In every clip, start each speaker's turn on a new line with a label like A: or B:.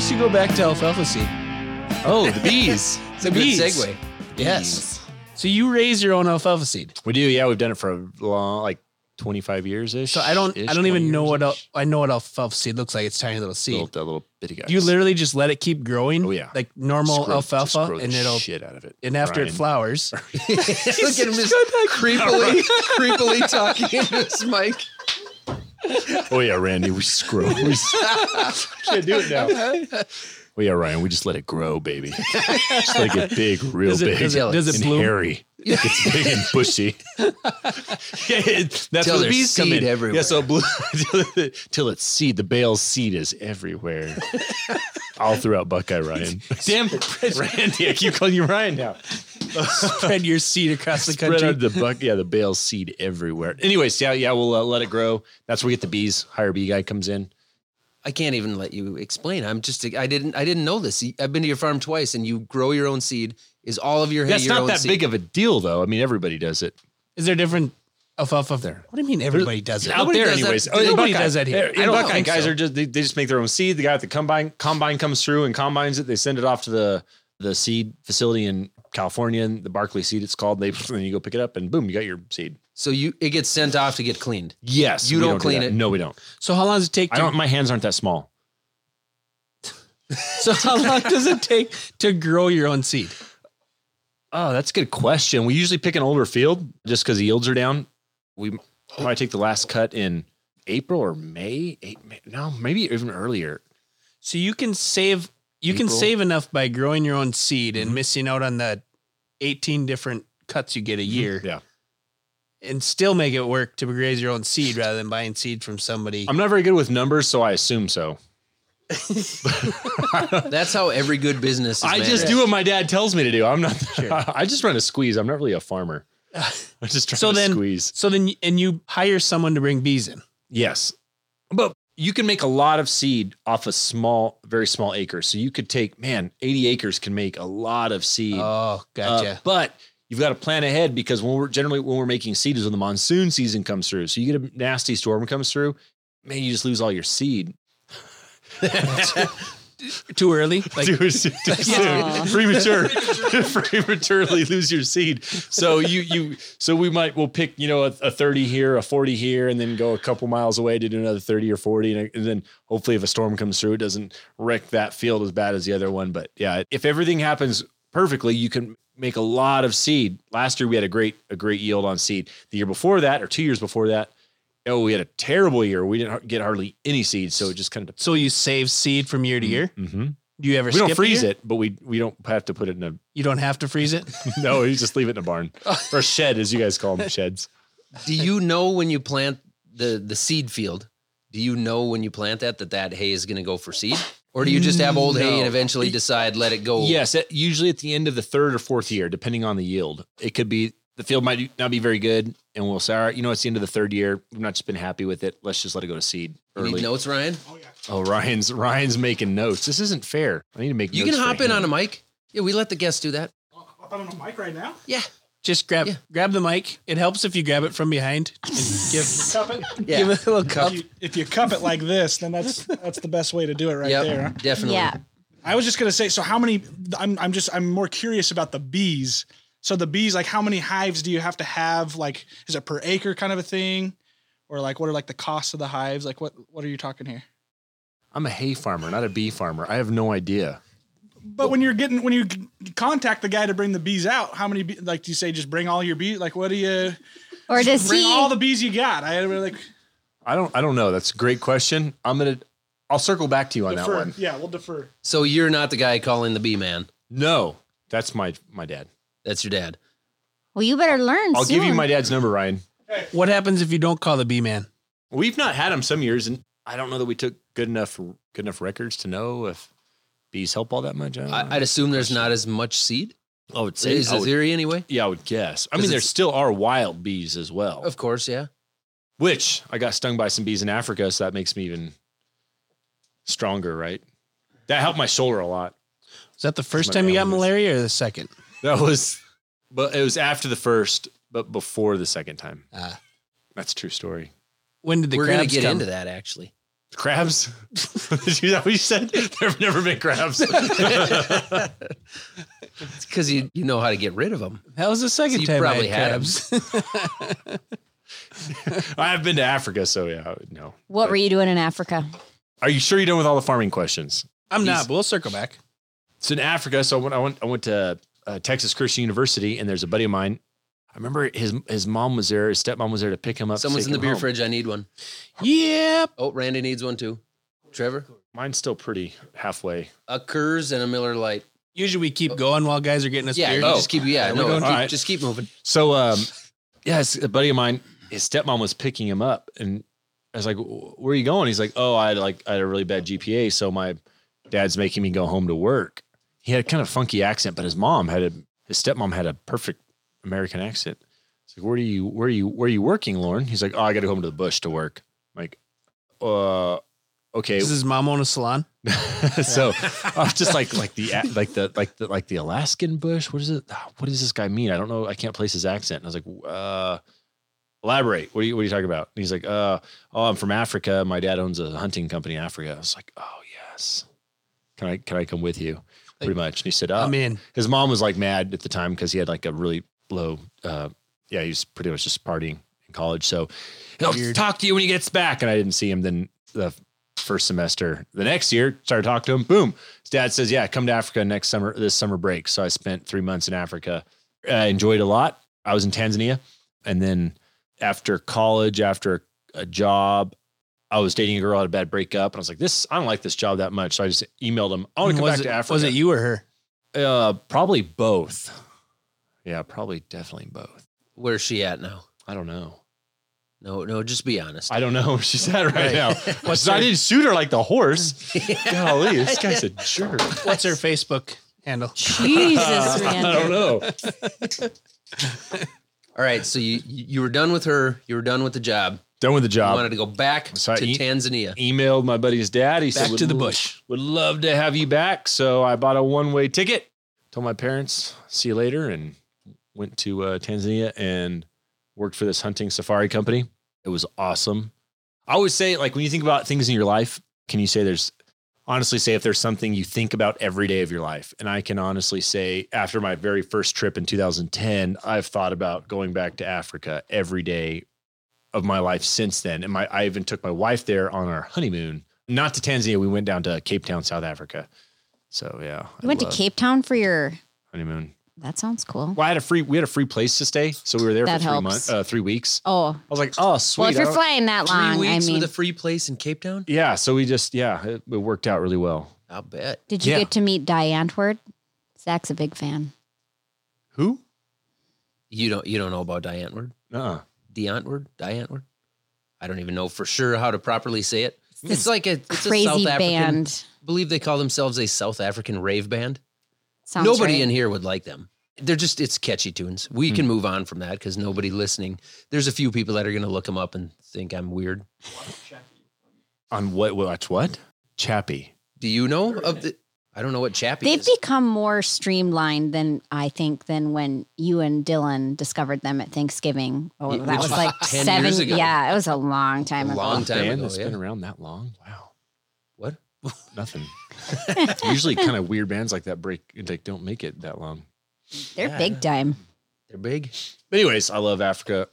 A: should go back to alfalfa seed.
B: Oh, the bees.
A: It's
B: the
A: a good
B: bees.
A: segue.
B: Yes.
A: So you raise your own alfalfa seed.
B: We do. Yeah, we've done it for a long, like 25 years ish.
A: So I don't I don't even know what al- I know what alfalfa seed looks like. It's tiny little seed.
B: Little, that little bitty guy.
A: You literally just let it keep growing.
B: Oh, yeah.
A: Like normal
B: Screw- just
A: alfalfa
B: grow the
A: and it'll
B: shit out of it.
A: and after
B: Brian.
A: it flowers.
C: Look at him just creepily, creepily talking into his mic.
B: Oh yeah, Randy, we just grow. We just, should do it now. Oh yeah, Ryan, we just let it grow, baby. Just let it get big, real
A: Does it-
B: big.
A: does it- does it
B: and
A: bloom?
B: hairy. It gets big and bushy. yeah, it, that's
C: Till
B: where the
C: there's
B: bees come
C: seed
B: in. Yeah,
C: everywhere.
B: so blue till, till it's seed. The bale's seed is everywhere, all throughout Buckeye Ryan.
A: Damn
B: Randy, I keep calling you Ryan now.
A: spread your seed across the
B: Spread
A: country.
B: out the buck, yeah, the bale's seed everywhere. Anyways, yeah, yeah, we'll uh, let it grow. That's where we get the bees. Higher bee guy comes in.
C: I can't even let you explain. I'm just I didn't I didn't know this. I've been to your farm twice, and you grow your own seed. Is all of your
B: That's
C: your
B: not
C: own
B: that
C: seed.
B: big of a deal, though. I mean, everybody does it.
A: Is there different alfalfa there? What do you mean everybody does it?
B: out
C: Nobody
B: there,
C: does that.
B: anyways.
C: Nobody
A: does that here.
B: In
A: I don't
B: Buckeye,
A: think
B: guys
A: so.
B: are just they, they just make their own seed. The guy at the combine combine comes through and combines it. They send it off to the the seed facility in California, and the Barclay seed it's called. They then you go pick it up, and boom, you got your seed.
C: So you it gets sent off to get cleaned.
B: Yes,
C: You
B: we
C: don't
B: do
C: clean
B: that.
C: it.
B: No, we don't.
A: So how long does it take
B: I
A: to
B: don't. My hands aren't that small.
A: So how long does it take to grow your own seed?
B: Oh, that's a good question. We usually pick an older field just because the yields are down. We m- probably take the last cut in April or May. Eight, May- no, maybe even earlier.
A: So you can save you can
B: April.
A: save enough by growing your own seed and missing out on the 18 different cuts you get a year
B: Yeah.
A: and still make it work to raise your own seed rather than buying seed from somebody.
B: I'm not very good with numbers, so I assume so.
C: That's how every good business. Is
B: I just
C: managed.
B: do what my dad tells me to do. I'm not. I just run a squeeze. I'm not really a farmer. I'm just trying
A: So
B: to
A: then-
B: squeeze.
A: So then and you hire someone to bring bees in.
B: Yes, but you can make a lot of seed off a small, very small acre. So you could take man, 80 acres can make a lot of seed.
A: Oh,
B: Uh,
A: gotcha.
B: but you've got to plan ahead because when we're generally when we're making seed is when the monsoon season comes through. So you get a nasty storm comes through, man, you just lose all your seed.
A: Too early? Like
B: too, soon- too soon, premature, prematurely lose your seed. So you you so we might we'll pick you know a, a thirty here, a forty here, and then go a couple miles away to do another thirty or forty, and, and then hopefully if a storm comes through, it doesn't wreck that field as bad as the other one. But yeah, if everything happens perfectly, you can make a lot of seed. Last year we had a great a great yield on seed. The year before that, or two years before that. Oh, we had a terrible year. We didn't har- get hardly any seeds, so it just kind of
A: so you save seed from year to year? Do you ever
B: we
A: skip
B: don't freeze
A: year?
B: it, but we we don't have to put it in a
A: You don't have to freeze it?
B: no, you just leave it in a barn or shed, as you guys call them, sheds.
C: Do you know when you plant the the seed field? Do you know when you plant that that that hay is going to go for seed, or do you just have old hay and
B: No.
C: eventually decide let it go?
B: Yes, it- usually at the end of the third or fourth year, depending on the yield, it could be the field might not be very good, and we'll say, all right, you know, it's the end of the third year. We've not just been happy with it. Let's just let it go to seed
C: You
B: early.
C: need notes, Ryan.
B: oh, Ryan's Ryan's making notes. This isn't fair. I need to make.
C: You
B: notes
C: can hop
B: for
C: in
B: him.
C: on a mic. Yeah, we let the guests do that.
D: Up on a mic right now.
C: Yeah,
A: Just grab
C: Yeah.
A: grab the mic. It helps if you grab it from behind and give
D: Cup it.
C: yeah,
A: give it a little cup.
D: If you, if you cup it like this, then that's that's the best way to do it right
C: Yep,
D: there.
C: definitely.
E: Yeah.
D: I was just gonna say. So how many? I'm I'm just I'm more curious about the bees. So the bees, like how many hives do you have to have? Like is it per acre kind of a thing, or like what are like the costs of the hives? Like what what are you talking here?
B: I'm a hay farmer, not a bee farmer. I have no idea.
D: But when you're getting when you contact the guy to bring the bees out, how many? Bee, like do you say just bring all your bees? Like what do you
E: Or does
D: bring
E: he?
D: all the bees you got? I really like
B: I don't. I don't know. That's a great question. I'm gonna. I'll circle back to you on that
D: defer.
B: one.
D: Yeah, we'll defer.
C: So you're not the guy calling the bee man.
B: No, that's my my dad.
C: That's your dad.
E: well, you better learn.
B: I'll give you
E: soon.
B: my dad's number, Ryan.
A: What happens if you don't call the bee man?
B: We've not had them some years, and I don't know that we took good enough good enough records to know if bees help all that much. I don't know.
C: I, I'd assume there's not as much seed.
B: I would say,
C: Is
B: I
C: the
B: would-
C: theory anyway?
B: yeah, I would guess. I
C: 'Cause
B: mean, there
C: it's-
B: still are wild bees as well,
C: Of course, yeah.
B: which I got stung by some bees in Africa, so that makes me even stronger, right? That helped my shoulder a lot.
A: Is that the first
B: my
A: time you got
B: ailments.
A: malaria or the second?
B: That was, but it was after the first, but before the second time.
A: Ah.
B: That's a true story.
A: When did the
C: We're gonna
A: crabs
C: get
A: come?
C: into that actually.
B: Crabs? Is that what you said? There have never been crabs.
C: because you, you know how to get rid of them.
A: That was the second
C: you
A: time
C: probably
A: I had
C: had 'em.
A: crabs.
B: I've been to Africa, so yeah, no.
E: What were you doing in Africa?
B: Are you sure you're done with all the farming questions?
A: I'm not, but we'll circle back.
B: So in Africa, so when I went, I went to uh, Texas Christian University, and there's a buddy of mine. I remember his his mom was there, his stepmom was there to pick him up. to
C: Someone's
B: take
C: in the
B: him
C: beer
B: home.
C: fridge. I need one.
A: Yep.
C: Oh, Randy needs one too. Trevor,
B: Mine's still pretty halfway.
C: a Kurz and a Miller Light.
A: Usually we keep going while guys are getting us
C: Yeah,
A: beer. Oh.
C: you just keep. Yeah,
B: we're
C: no,
B: going-
C: keep-
B: all right.
C: just keep moving.
B: So, um, yeah, it's a buddy of mine, his stepmom was picking him up, and I was like, "Where are you going?" He's like, "Oh, I had like I had a really bad GPA, so my dad's making me go home to work." He had a kind of funky accent, but his mom had a his stepmom had a perfect American accent. It's like, "Where do you where are you where are you working, Lauren?" He's like, "Oh, I got to go home to the bush to work." I'm like, "Uh, okay."
A: Does his mom own a salon?
B: so I'm just like like the like the like the like the Alaskan bush. What is it? What does this guy mean? I don't know. I can't place his accent. And I was like, uh, elaborate. What are you What are you talking about? And he's like, uh, oh, I'm from Africa. My dad owns a hunting company in Africa. I was like, oh yes. Can I Can I come with you? Pretty much. And he said, oh.
A: I'm in.
B: His mom was like mad at the time because he had like a really low. Uh, yeah, he was pretty much just partying in college. So he'll talk to you when he gets back. And I didn't see him then the first semester. The next year, started talking to him. Boom. His dad says, "Yeah, come to Africa next summer. This summer break." So I spent three months in Africa. I enjoyed a lot. I was in Tanzania, and then after college, after a job. I was dating a girl, had a bad breakup, and I was like, "This, I don't like this job that much." So I just emailed him. I want to come
A: was
B: back
A: it,
B: to Africa.
A: Was it you or her?
B: Uh, probably both. Yeah, probably definitely both.
C: Where's she at now?
B: I don't know.
C: No, no, just be honest.
B: I don't know where she's at right, now. She's- I didn't shoot her like the horse. Golly, this guy's a jerk.
A: What's her Facebook handle?
E: Jesus,
B: I
E: man.
B: don't know.
C: All right, so you you were done with her. You were done with the job.
B: Done with the
C: You
B: job.
C: wanted to go back
B: So I
C: to
B: eat-
C: Tanzania.
B: Emailed my buddy's dad. He
A: Back
B: said,
A: to
B: "Would
A: the
B: lo-
A: bush."
B: Would love to have you back. So I bought a one way ticket. Told my parents, see you later, and went to uh, Tanzania and worked for this hunting safari company. It was awesome. I always say, like, when you think about things in your life, can you say there's honestly say if there's something you think about every day of your life? And I can honestly say, after my very first trip in 2010, I've thought about going back to Africa every day of my life since then. And my, I even took my wife there on our honeymoon, not to Tanzania. We went down to Cape Town, South Africa. So yeah, I
E: You went to
B: love
E: Cape Town for your.
B: honeymoon.
E: That sounds cool.
B: Well, I had a free, we had a free place to stay. So we were there
E: That
B: for three
E: helps.
B: months, uh, three weeks.
E: Oh,
B: I was like, oh, sweet.
E: well, if
B: I
E: you're
B: don't-
E: flying that
C: Three
E: long, I
C: weeks
E: mean,
C: with a free place in Cape Town.
B: yeah. So we just, yeah, it, it worked out really well.
C: I'll bet.
E: did you
B: yeah.
E: get to meet Di Antwoord? Zach's a big fan.
B: Who?
C: You don't you don't know about Diantward?
B: Uh-uh.
C: Diantward? Diantward? I don't even know for sure how to properly say it. It's like a it's a
E: Crazy
C: South African,
E: band.
C: Believe they call themselves a South African rave band.
E: Sounds
C: nobody
E: right.
C: in here would like them. They're just it's catchy tunes. We can move on from that because nobody listening. There's a few people that are going to look them up and think I'm weird.
B: On what? Watch what? Chappie.
C: Do you know of the? I don't know what Chappie
E: They've
C: is.
E: become more streamlined than I think than when you and Dylan discovered them at Thanksgiving. Oh,
C: Wh-
E: that
C: which
E: was
C: was
E: like
C: 10
E: seven.
C: years ago.
E: Yeah, it was a long time
C: A
E: ago.
C: long time
B: Band
C: ago.
B: that's
C: yeah.
B: been around that long? Wow.
C: What?
B: Nothing. Usually kind of weird bands like that break, like don't make it that long.
E: They're big time.
C: They're big.
B: But anyways, I love Africa.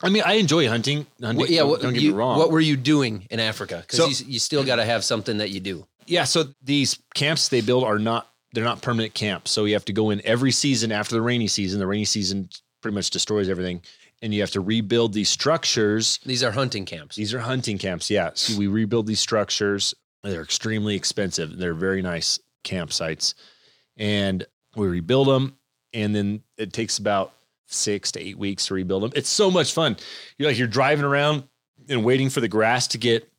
B: I mean, I enjoy hunting. hunting
C: What, yeah.
B: don't,
C: What,
B: don't get
C: you,
B: me wrong.
C: What were you doing in Africa? Because
B: So-
C: you, s- you still got to have something that you do.
B: Yeah, so these camps they build are not they're not permanent camps. So you have to go in every season after the rainy season. The rainy season pretty much destroys everything and you have to rebuild these structures.
C: These are hunting camps.
B: These are hunting camps, yeah. So we rebuild these structures. They're extremely expensive. They're very nice campsites. And we rebuild them and then it takes about 6 to 8 weeks to rebuild them. It's so much fun. You're like you're driving around and waiting for the grass to get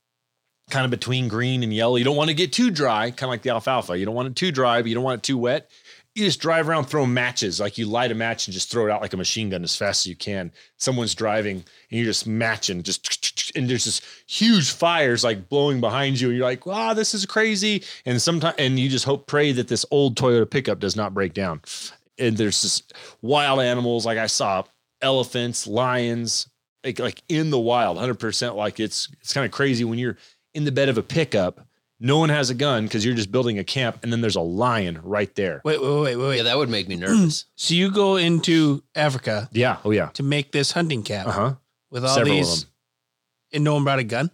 B: kind of between green and yellow. You don't want to get too dry, kind of like the alfalfa. You don't want it too dry, but you don't want it too wet. You just drive around throwing matches. Like you light a match and just throw it out like a machine gun as fast as you can. Someone's driving and you're just matching, just and there's this huge fires like blowing behind you. And you're like, wow, this is crazy. And sometimes and you just hope, pray that this old Toyota pickup does not break down. And there's just wild animals. Like I saw elephants, lions, like like in the wild, hundred percent. Like it's it's kind of crazy when you're in the bed of a pickup. No one has a gun because you're just building a camp, and then there's a lion right there.
A: Wait, wait, wait, wait, wait.
C: Yeah, that would make me nervous.
A: So you go into Africa
B: Yeah. Oh yeah.
A: to make this hunting camp
B: Uh huh.
A: with all
B: Several of
A: these, and no one brought a gun.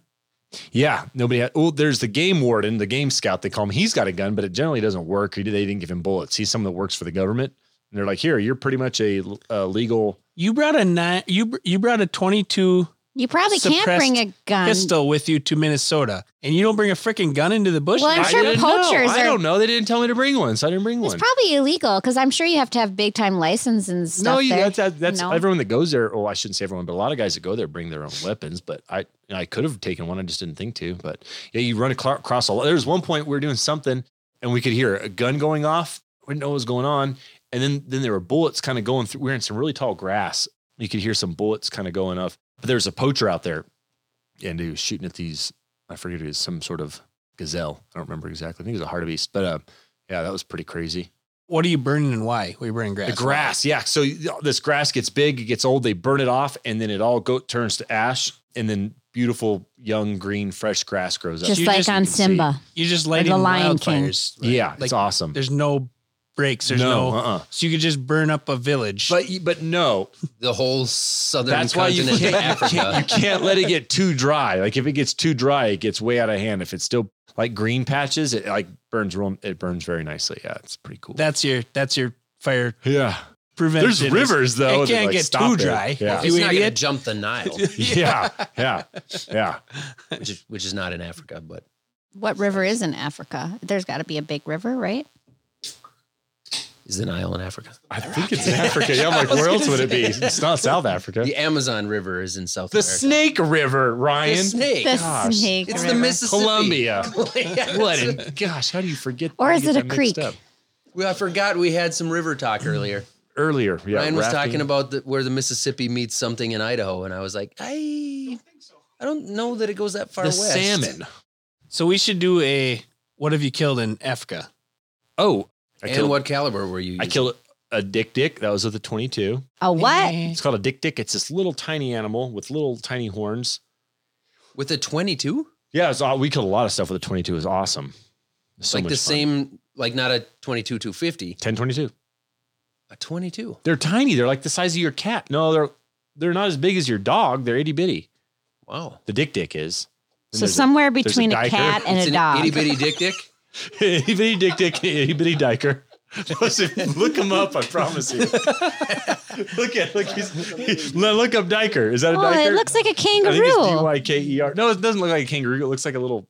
B: Yeah, nobody had. Oh, there's the game warden, the game scout. They call him. He's got a gun, but it generally doesn't work. He- They didn't give him bullets. He's someone that works for the government, and they're like, "Here, you're pretty much a, a legal."
A: You brought a nine. You br- you brought a twenty-two
E: You probably can't bring
A: Suppressed
E: a gun.
A: pistol with you to Minnesota, and you don't bring a freaking gun into the bush.
E: Well, I'm
B: I
E: sure
B: didn't
E: poachers
B: know. I
E: are-
B: don't know. They didn't tell me to bring one, so I didn't bring
E: It's
B: one.
E: probably illegal because I'm sure you have to have big time license and stuff.
B: no, you,
E: there.
B: that's that, that's
E: No.
B: everyone that goes there. Oh, I shouldn't say everyone, but a lot of guys that go there bring their own weapons. But I I could have taken one. I just didn't think to. But yeah, you run aclo- across a lot. There was one point we were doing something, and we could hear a gun going off. We didn't know what was going on, and then then there were bullets kind of going through. We were in some really tall grass. You could hear some bullets kind of going off. But there was a poacher out there, and he was shooting at these. I forget it was some sort of gazelle. I don't remember exactly. I think it was a heart of beast. But uh, yeah, that was pretty crazy.
A: What are you burning and why? We burn grass.
B: The grass, yeah. So you know, this grass gets big, it gets old, they burn it off, and then it all go turns to ash, and then beautiful young green fresh grass grows up.
E: just
A: you
E: like
A: just-
E: on
B: you can see.
E: Simba.
A: You're just lighting
E: the Lion King.
A: wildfires. right?
B: yeah,
A: like
B: it's awesome.
A: there's no breaks. There's no.
B: uh-uh.
A: So you could just burn up a village.
B: But you- but no,
C: The whole southern
B: that's why you
C: continent of
B: can't, you,
C: Africa.
B: can't, you can't let it get too dry. Like if it gets too dry, it gets way out of hand. If it's still like green patches, it like burns real. It burns very nicely. Yeah, it's pretty cool.
A: that's your that's your fire
B: yeah,
A: prevention.
B: there's
A: is-
B: rivers though.
A: It
B: that,
A: can't
B: like,
A: get
B: stop
A: too
B: it.
A: dry.
B: Yeah.
A: You
C: It's not going to
A: idiot.
C: jump the Nile,
B: yeah, yeah, yeah.
C: which is, which is not in Africa, but
E: What river is in Africa? There's got to be a big river, right?
C: is the Nile in Africa?
B: I think it's in Africa. Yeah, I'm like, where else would it be? It's not South Africa.
C: The Amazon River is in South
B: The
C: America.
B: Snake River,
C: The
B: Ryan.
C: snake.
E: The
B: Gosh.
E: snake.
C: It's the
E: river.
C: Mississippi.
B: Columbia.
C: Yeah,
B: What?
C: it's-
B: a- gosh, how do you forget?
E: Or
B: you
E: is
B: get
E: it a
B: them mixed
E: creek?
B: up.
C: Well, I forgot we had some river talk earlier.
B: Earlier, yeah,
C: Ryan was
B: rafting.
C: talking about the, where the Mississippi meets something in Idaho, and I was like, I, I don't know that it goes that far
B: the
C: west.
B: salmon.
A: So we should do a what have you killed in Africa?
B: Oh, I
C: And
B: killed,
C: what caliber were you?
B: I
C: using?
B: killed a dick dick. That was with a 22.
E: A what?
B: It's called a dick dick. It's this little tiny animal with little tiny horns.
C: with a twenty-two,
B: Yeah, it's all, we killed a lot of stuff with a 22. It was awesome. It was so
C: like
B: much
C: the
B: fun.
C: same, like not a twenty-two two fifty,
B: 1022.
C: a twenty-two.
B: They're tiny. They're like the size of your cat. No, they're they're not as big as your dog. They're itty bitty.
C: Wow,
B: The dick dick is. And
E: So
B: there's a-
E: somewhere
B: a
E: between a,
B: diker.
E: cat and
C: it's
E: a
C: an
E: dog.
C: itty bitty dick dick.
B: itty bitty dick dick, itty bitty diker. Listen, look him up. I promise you. look at look. He's, no, look up diker. Is that a
E: oh,
B: diker?
E: it looks like a
B: I think it's D
E: kangaroo.
B: y k e r. No, it doesn't look like a kangaroo. It looks like a little,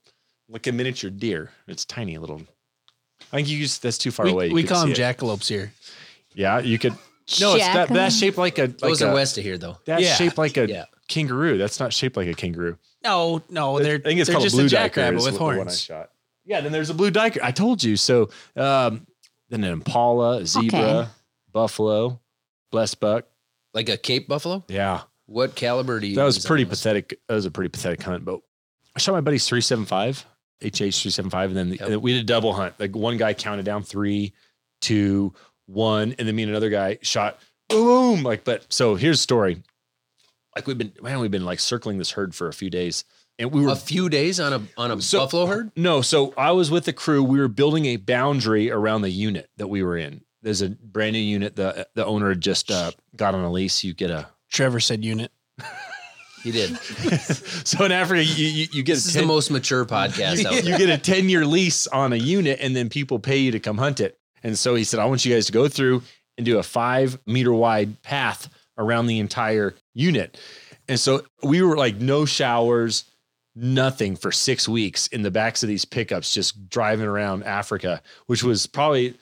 B: like a miniature deer. It's tiny little. I think you use that's too far
A: We,
B: away. You
A: we
B: could
A: call
B: see
A: them
B: it.
A: jackalopes here.
B: Yeah, you could. No, it's that, that
E: Jackalope.
B: shape like a like
C: Those
B: a,
C: are west of here though.
B: that's
A: Yeah.
B: shaped like a
C: Yeah.
B: kangaroo. That's not shaped like a kangaroo.
A: No, no, they're
B: I think it's
A: they're
B: called a
A: just
B: blue
A: a
B: diker.
A: jackrabbit
B: is
A: with
B: wh- the one I
A: horns.
B: shot. Yeah, then there's a blue diker. I told you. So um, then an impala, a zebra,
E: Okay.
B: buffalo, blessed buck.
C: Like a Cape Buffalo.
B: Yeah,
C: What caliber do you?
B: that was
C: use on
B: pretty
C: those?
B: pathetic. That was a pretty pathetic hunt. But I shot my buddy's three seven five, HH three seven five, and then the-
C: Yep.
B: and we did a double hunt. Like one guy counted down three, two, one, and then me and another guy shot boom. Like, but so here's the story. Like we've been, man, we've been like circling this herd for a few days, and we were
C: A few days on a on a
B: So-
C: buffalo herd.
B: No, so I was with the crew. We were building a boundary around the unit that we were in. There's a brand new unit. The the owner had just uh, got on a lease. You get a
A: Trevor said unit.
C: He did.
B: so in Africa you you, you get
C: This
B: a
C: is
B: 10
C: the most mature podcast out
B: you,
C: there.
B: you get a ten year lease on a unit, and then people pay you to come hunt it. And so he said, I want you guys to go through and do a five meter wide path around the entire unit. And so we were like no showers, nothing for six weeks in the backs of these pickups, just driving around Africa, which was probably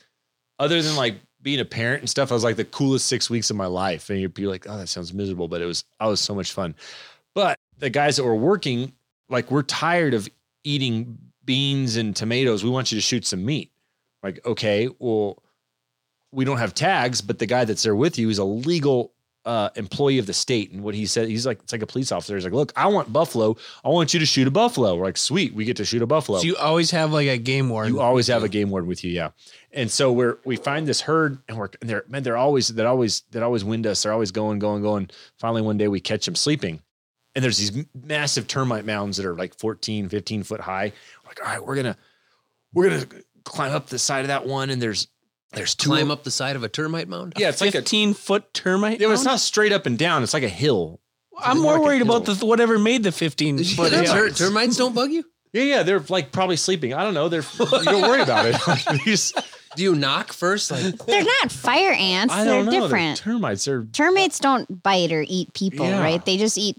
B: other than like being a parent and stuff, I was like the coolest six weeks of my life. And you'd be like, oh, that sounds miserable, but it was, I was so much fun. But the guys that were working, like, we're tired of eating beans and tomatoes. We want you to shoot some meat. Like, okay, well, we don't have tags, but the guy that's there with you is a legal uh, employee of the state. And what he said, he's like, it's like a police officer. He's like, look, I want buffalo. I want you to shoot a buffalo. We're like, sweet, we get to shoot a buffalo.
A: So you always have like a game warden.
B: You always have a game warden with you, yeah. And so we're we find this herd and we're and they're man, they're always they're always they always wind us. They're always going, going, going. Finally, one day we catch them sleeping. and there's these m- massive termite mounds that are like 14, 15 foot high. We're like, all right, we're gonna we're gonna climb up the side of that one, and there's there's two
C: Climb up the side of a termite mound.
B: Yeah, it's like a.
A: Fifteen foot termite.
B: It was
A: mound?
B: not straight up and down. It's like a hill.
A: I'm
B: it's
A: more
B: like a
A: worried about the
B: hill.
A: whatever made the fifteen foot.
C: That's
A: hill.
C: her- termites don't bug you.
B: Yeah, yeah. They're like probably sleeping. I don't know. They're you don't worry about it. You just-
C: Do you knock first? Like
E: They're not fire ants.
B: I
E: They're
B: don't know. They're
E: different.
B: termites are
E: Termites don't bite or eat people,
B: Yeah.
E: right? They just eat.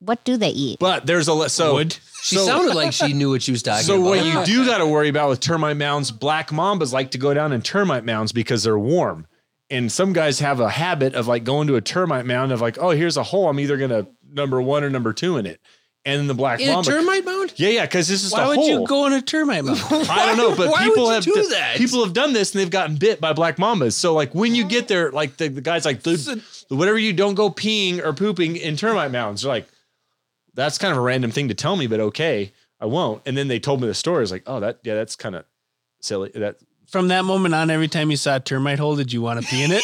E: What do they eat?
B: But there's a le- so
A: Wood.
C: she
B: so-
C: sounded like she knew what she was talking
B: So
C: about.
B: what you do got to worry about with termite mounds, black mambas like to go down in termite mounds because they're warm. And some guys have a habit of like going to a termite mound of like, oh, here's a hole. I'm either gonna number one or number two in it. And the black
C: in a
B: mamba.
C: termite mound?
B: yeah, yeah, because this is
A: Why
B: a
A: would
B: hole.
A: you go on a termite mound?
B: I don't know, but
C: Why would
B: people
C: you
B: have
C: do
B: d-
C: that? Oh.
B: people have done this and they've gotten bit by black mambas. So like when you get there, like the, the guy's like, dude, whatever you don't go peeing or pooping in termite mounds. You're like, that's kind of a random thing to tell me, but okay, I won't. And then they told me the story. I was like, oh, that yeah, that's kind of silly. That
A: From that moment on, every time you saw a termite hole, did you want to pee in it?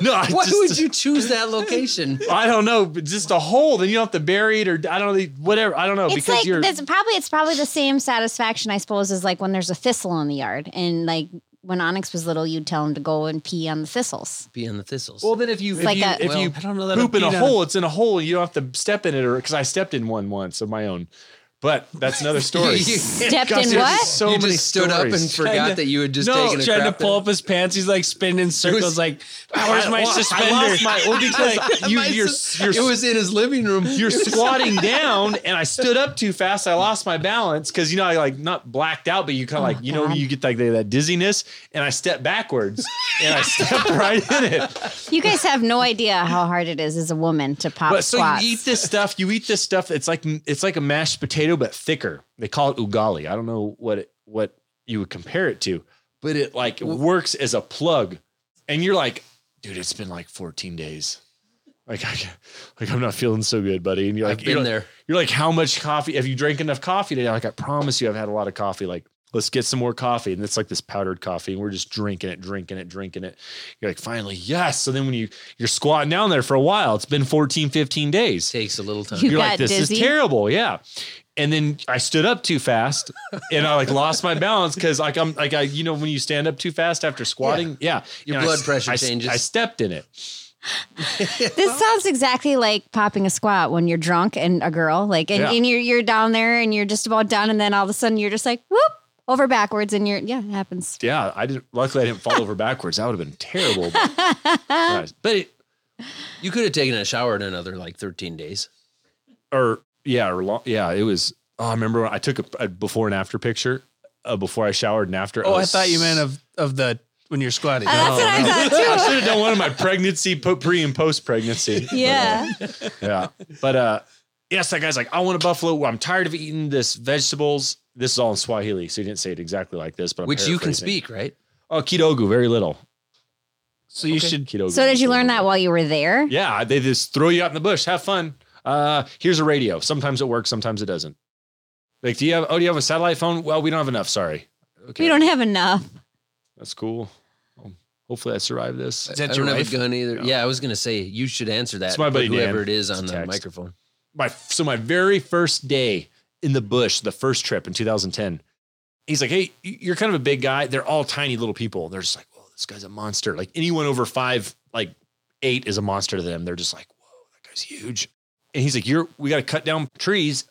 B: no, I
C: Why
B: just-
C: would you choose that location?
B: I don't know, but just a hole. Then you don't have to bury it or I don't know, whatever. I don't know
E: It's
B: because
E: like
B: you're
E: that's probably it's probably the same satisfaction I suppose as like when there's a thistle in the yard and like when Onyx was little you'd tell him to go and pee on the thistles.
C: Be on the thistles.
B: well. Then if you if
E: like
B: you,
E: a-
B: if
C: Well,
B: you
A: I don't know that.
B: poop in
A: I've
B: a
A: peed on
B: hole, it's in a hole. You don't have to step in it, or because I stepped in one once of my own. But that's another story.
E: Stepped in
B: there's
E: what?
B: So
C: you
B: many
C: just stood up and
B: stories.
C: forgot that you had just taken a
A: trying
C: crap
A: to pull
C: in-
A: up his pants. He's like spinning circles,
C: was-
A: like, "Ah, "Where's my
B: Well,
A: suspender?"
B: I lost my, well, because you,
C: My
B: you're,
C: sis-
B: you're,
C: it was in his living room.
B: you're squatting down, and I stood up too fast. I lost my balance because you know I like not blacked out, but you kind of like you know when you get like that dizziness, and I stepped backwards, and I stepped right in it.
E: You guys have no idea how hard it is as a woman to pop
B: But so
E: squats.
B: you eat this stuff. You eat this stuff. It's like it's like a mashed potato, but thicker. They call it ugali. I don't know what it, what you would compare it to, but it like it works as a plug. And you're like, dude, it's been like 14 days. Like I, can't- like I'm not feeling so good, buddy. And you're like,
C: I've been
B: you're,
C: there.
B: You're like, how much coffee? Have you drank enough coffee today? Like I promise you, I've had a lot of coffee. Like let's get some more coffee. And it's like this powdered coffee, and we're just drinking it, drinking it, drinking it. You're like, finally, yes. So then when you you're squatting down there for a while, it's been 14, 15 days
C: Takes a little time.
E: You
B: you're like
E: got
B: this
E: dizzy?
B: is terrible yeah and then i stood up too fast and i like lost my balance because like i'm like i you know when you stand up too fast after squatting yeah,
C: Your
B: And I
C: blood
B: s-
C: pressure
B: I s-
C: changes.
B: i stepped in it
E: This sounds exactly like popping a squat when you're drunk and a girl like and,
B: Yeah.
E: and you're you're down there and you're just about done and then all of a sudden you're just like whoop over backwards and you're yeah it happens.
B: yeah i didn't luckily i didn't fall over backwards that would have been terrible but, but it,
C: You could have taken a shower in another like 13 days.
B: or yeah or long, yeah it was oh, i remember when i took a, a before and after picture uh, before i showered and after
A: Oh, I
B: was
A: thought you meant of of the when you're squatting.
E: Oh, Uh,
A: Oh,
E: That's what I thought
B: I should have done one of my pregnancy, po- pre and post pregnancy.
E: too. Yeah.
B: yeah. But uh yes, that guy's like, I want a buffalo. I'm tired of eating this vegetables. This is all in Swahili, so he didn't say it exactly like this, but I'm
C: Which you can
B: paraphrasing.
C: speak, right?
B: Oh, kidogu, very little.
A: So you should.
B: Kidogu.
E: so did you learn that while you were there?
B: Yeah, they just throw you out in the bush. Have fun. Uh, here's a radio. Sometimes it works, sometimes it doesn't. Like, do you have? Oh, do you have a satellite phone? Well, we don't have enough. Sorry. Okay,
E: We don't have enough.
B: that's cool. Um, hopefully, I survive this.
A: Is that
C: I
A: your
C: don't
A: wife?
C: have a gun either. Yeah, I was gonna say you should answer that.
B: It's my
C: but
B: buddy Dan.
C: whoever it is on
B: It's a
C: the
B: text.
C: microphone.
B: my so my very first day in the bush, the first trip in 2010. He's like, "Hey, you're kind of a big guy. They're all tiny little people. They're just like, whoa, this guy's a monster. Like anyone over five, like eight, is a monster to them. They're just like, whoa, that guy's huge." And he's like, "You're we got to cut down trees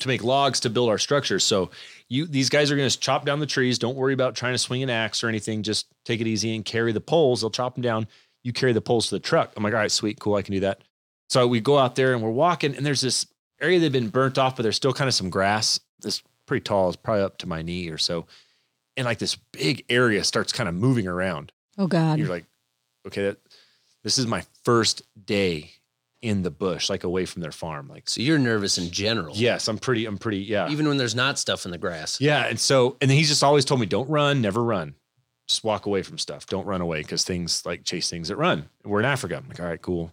B: to make logs to build our structure. So you these guys are going to chop down the trees. Don't worry about trying to swing an axe or anything. Just take it easy and carry the poles. They'll chop them down. You carry the poles to the truck. I'm like, all right, sweet, cool, I can do that. So we go out there and we're walking, and there's this area that had been burnt off, but there's still kind of some grass. It's pretty tall. It's probably up to my knee or so. And like this big area starts kind of moving around.
E: Oh
B: And
E: God.
B: you're like, okay, that, this is my first day in the bush, like away from their farm. Like,
C: So you're nervous in general.
B: yes, I'm pretty, I'm pretty, yeah.
C: Even when there's not stuff in the grass.
B: Yeah. And so, and then he's just always told me, don't run, never run. Just walk away from stuff. Don't run away because things like chase things that run. We're in Africa. I'm like, all right, cool.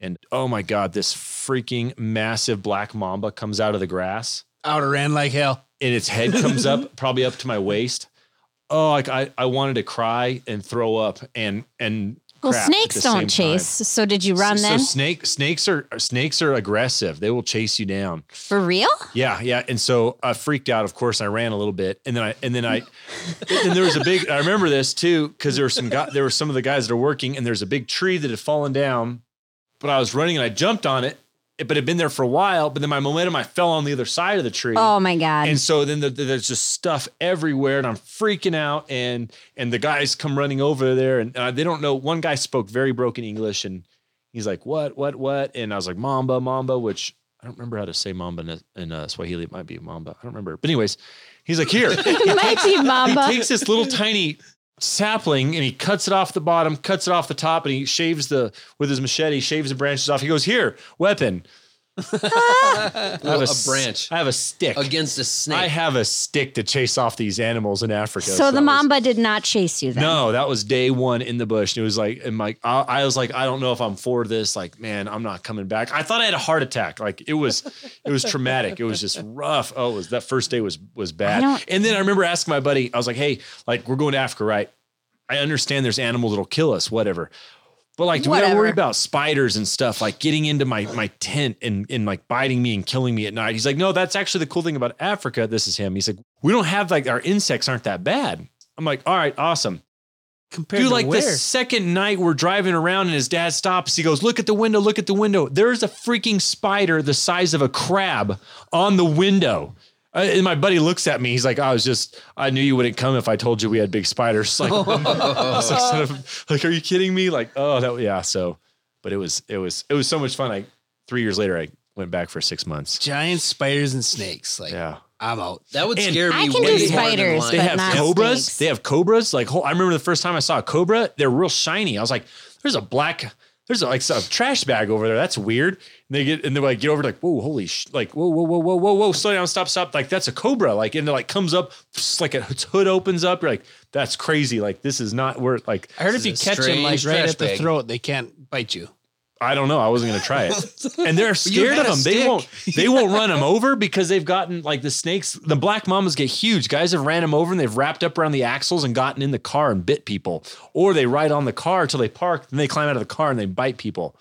B: And oh my God, this freaking massive black mamba comes out of the grass
A: Out ran like hell.
B: and its head comes up probably up to my waist. Oh, like I, I wanted to cry and throw up and and
E: Well,
B: crap at
E: snakes
B: the
E: don't
B: same
E: chase. So did you
B: time.
E: run
B: so,
E: then?
B: So snake snakes are snakes are aggressive. They will chase you down.
E: For real?
B: Yeah, yeah. And so I freaked out. Of course, I ran a little bit, and then I and then I and there was a big. I remember this too because there were some guy, there were some of the guys that are working, and there's a big tree that had fallen down. But I was running and I jumped on it, but it had been there for a while. But then my momentum, I fell on the other side of the tree.
E: Oh my god.
B: And so then the, the- there's just stuff everywhere, and I'm freaking out. And and the guys come running over there, and uh, they don't know. One guy spoke very broken English, and he's like, "What? What? What?" And I was like, "Mamba, Mamba," which I don't remember how to say Mamba in, in uh, Swahili. It might be Mamba. I don't remember. But anyways, he's like, "Here."
E: It might be Mamba.
B: He takes this little tiny sapling and he cuts it off the bottom, cuts it off the top, and he shaves the with his machete, shaves the branches off. He goes, "Here, weapon." I have
C: A
B: s-
C: branch.
B: I have a stick.
C: against a snake.
B: I have a stick to chase off these animals in Africa.
E: so the
B: that was-
E: Mamba did not chase you then.
B: no, that was day one in the bush. It was like, and like, I, I was like, I don't know if I'm for this. Like, man, I'm not coming back. I thought I had a heart attack. Like, it was, it was traumatic. It was just rough. Oh, it was that first day was was
E: I
B: bad.
E: don't-
B: And then I remember asking my buddy. I was like, hey, like we're going to Africa, right? I understand there's animals that'll kill us, whatever. But like, do we gotta
E: Whatever.
B: worry about spiders and stuff like getting into my my tent and and like biting me and killing me at night? He's like, no, that's actually the cool thing about Africa. This is him. He's like, we don't have like our insects aren't that bad. I'm like, all right, awesome.
A: Compared
B: Dude,
A: to
B: like
A: where?
B: the second night we're driving around and his dad stops. He goes, look at the window, look at the window. There's a freaking spider the size of a crab on the window. Uh, and my buddy looks at me. He's like, I was just, I knew you wouldn't come if I told you we had big spiders. Like, I was like, son of- like, are you kidding me? Like, oh, that, yeah. So, but it was, it was, it was so much fun. I, three years later, I went back for six months.
A: Giant spiders and snakes. Like
B: Yeah.
A: I'm out.
C: that would
B: And-
C: scare me.
E: I
C: way
E: can do
C: more than
E: spiders,
C: lions.
B: They
E: but
B: have
E: not
B: cobras.
E: snakes.
B: They have cobras. Like whole, I remember the first time I saw a cobra, they're real shiny. I was like, "There's a black, there's a, like a trash bag over there. That's weird." And they get and they like get over like, "Whoa, holy sh!" Like, "Whoa, whoa, whoa, whoa, whoa, whoa!" Slow down, stop, stop. Like that's a cobra. Like and it like comes up, pss, like its hood opens up. You're like, "That's crazy." Like this is not where like
A: I heard if
C: This
A: you
C: is a
A: catch them like
C: strange
A: right
C: trash
A: at the
C: bag.
A: throat, they can't bite you.
B: I don't know. I wasn't gonna try it. And they're scared
C: had a
B: of them. They
C: stick.
B: won't. They won't run them over because they've gotten like the snakes. The black mamas get huge. Guys have ran them over and they've wrapped up around the axles and gotten in the car and bit people. Or they ride on the car till they park, then they climb out of the car and they bite people.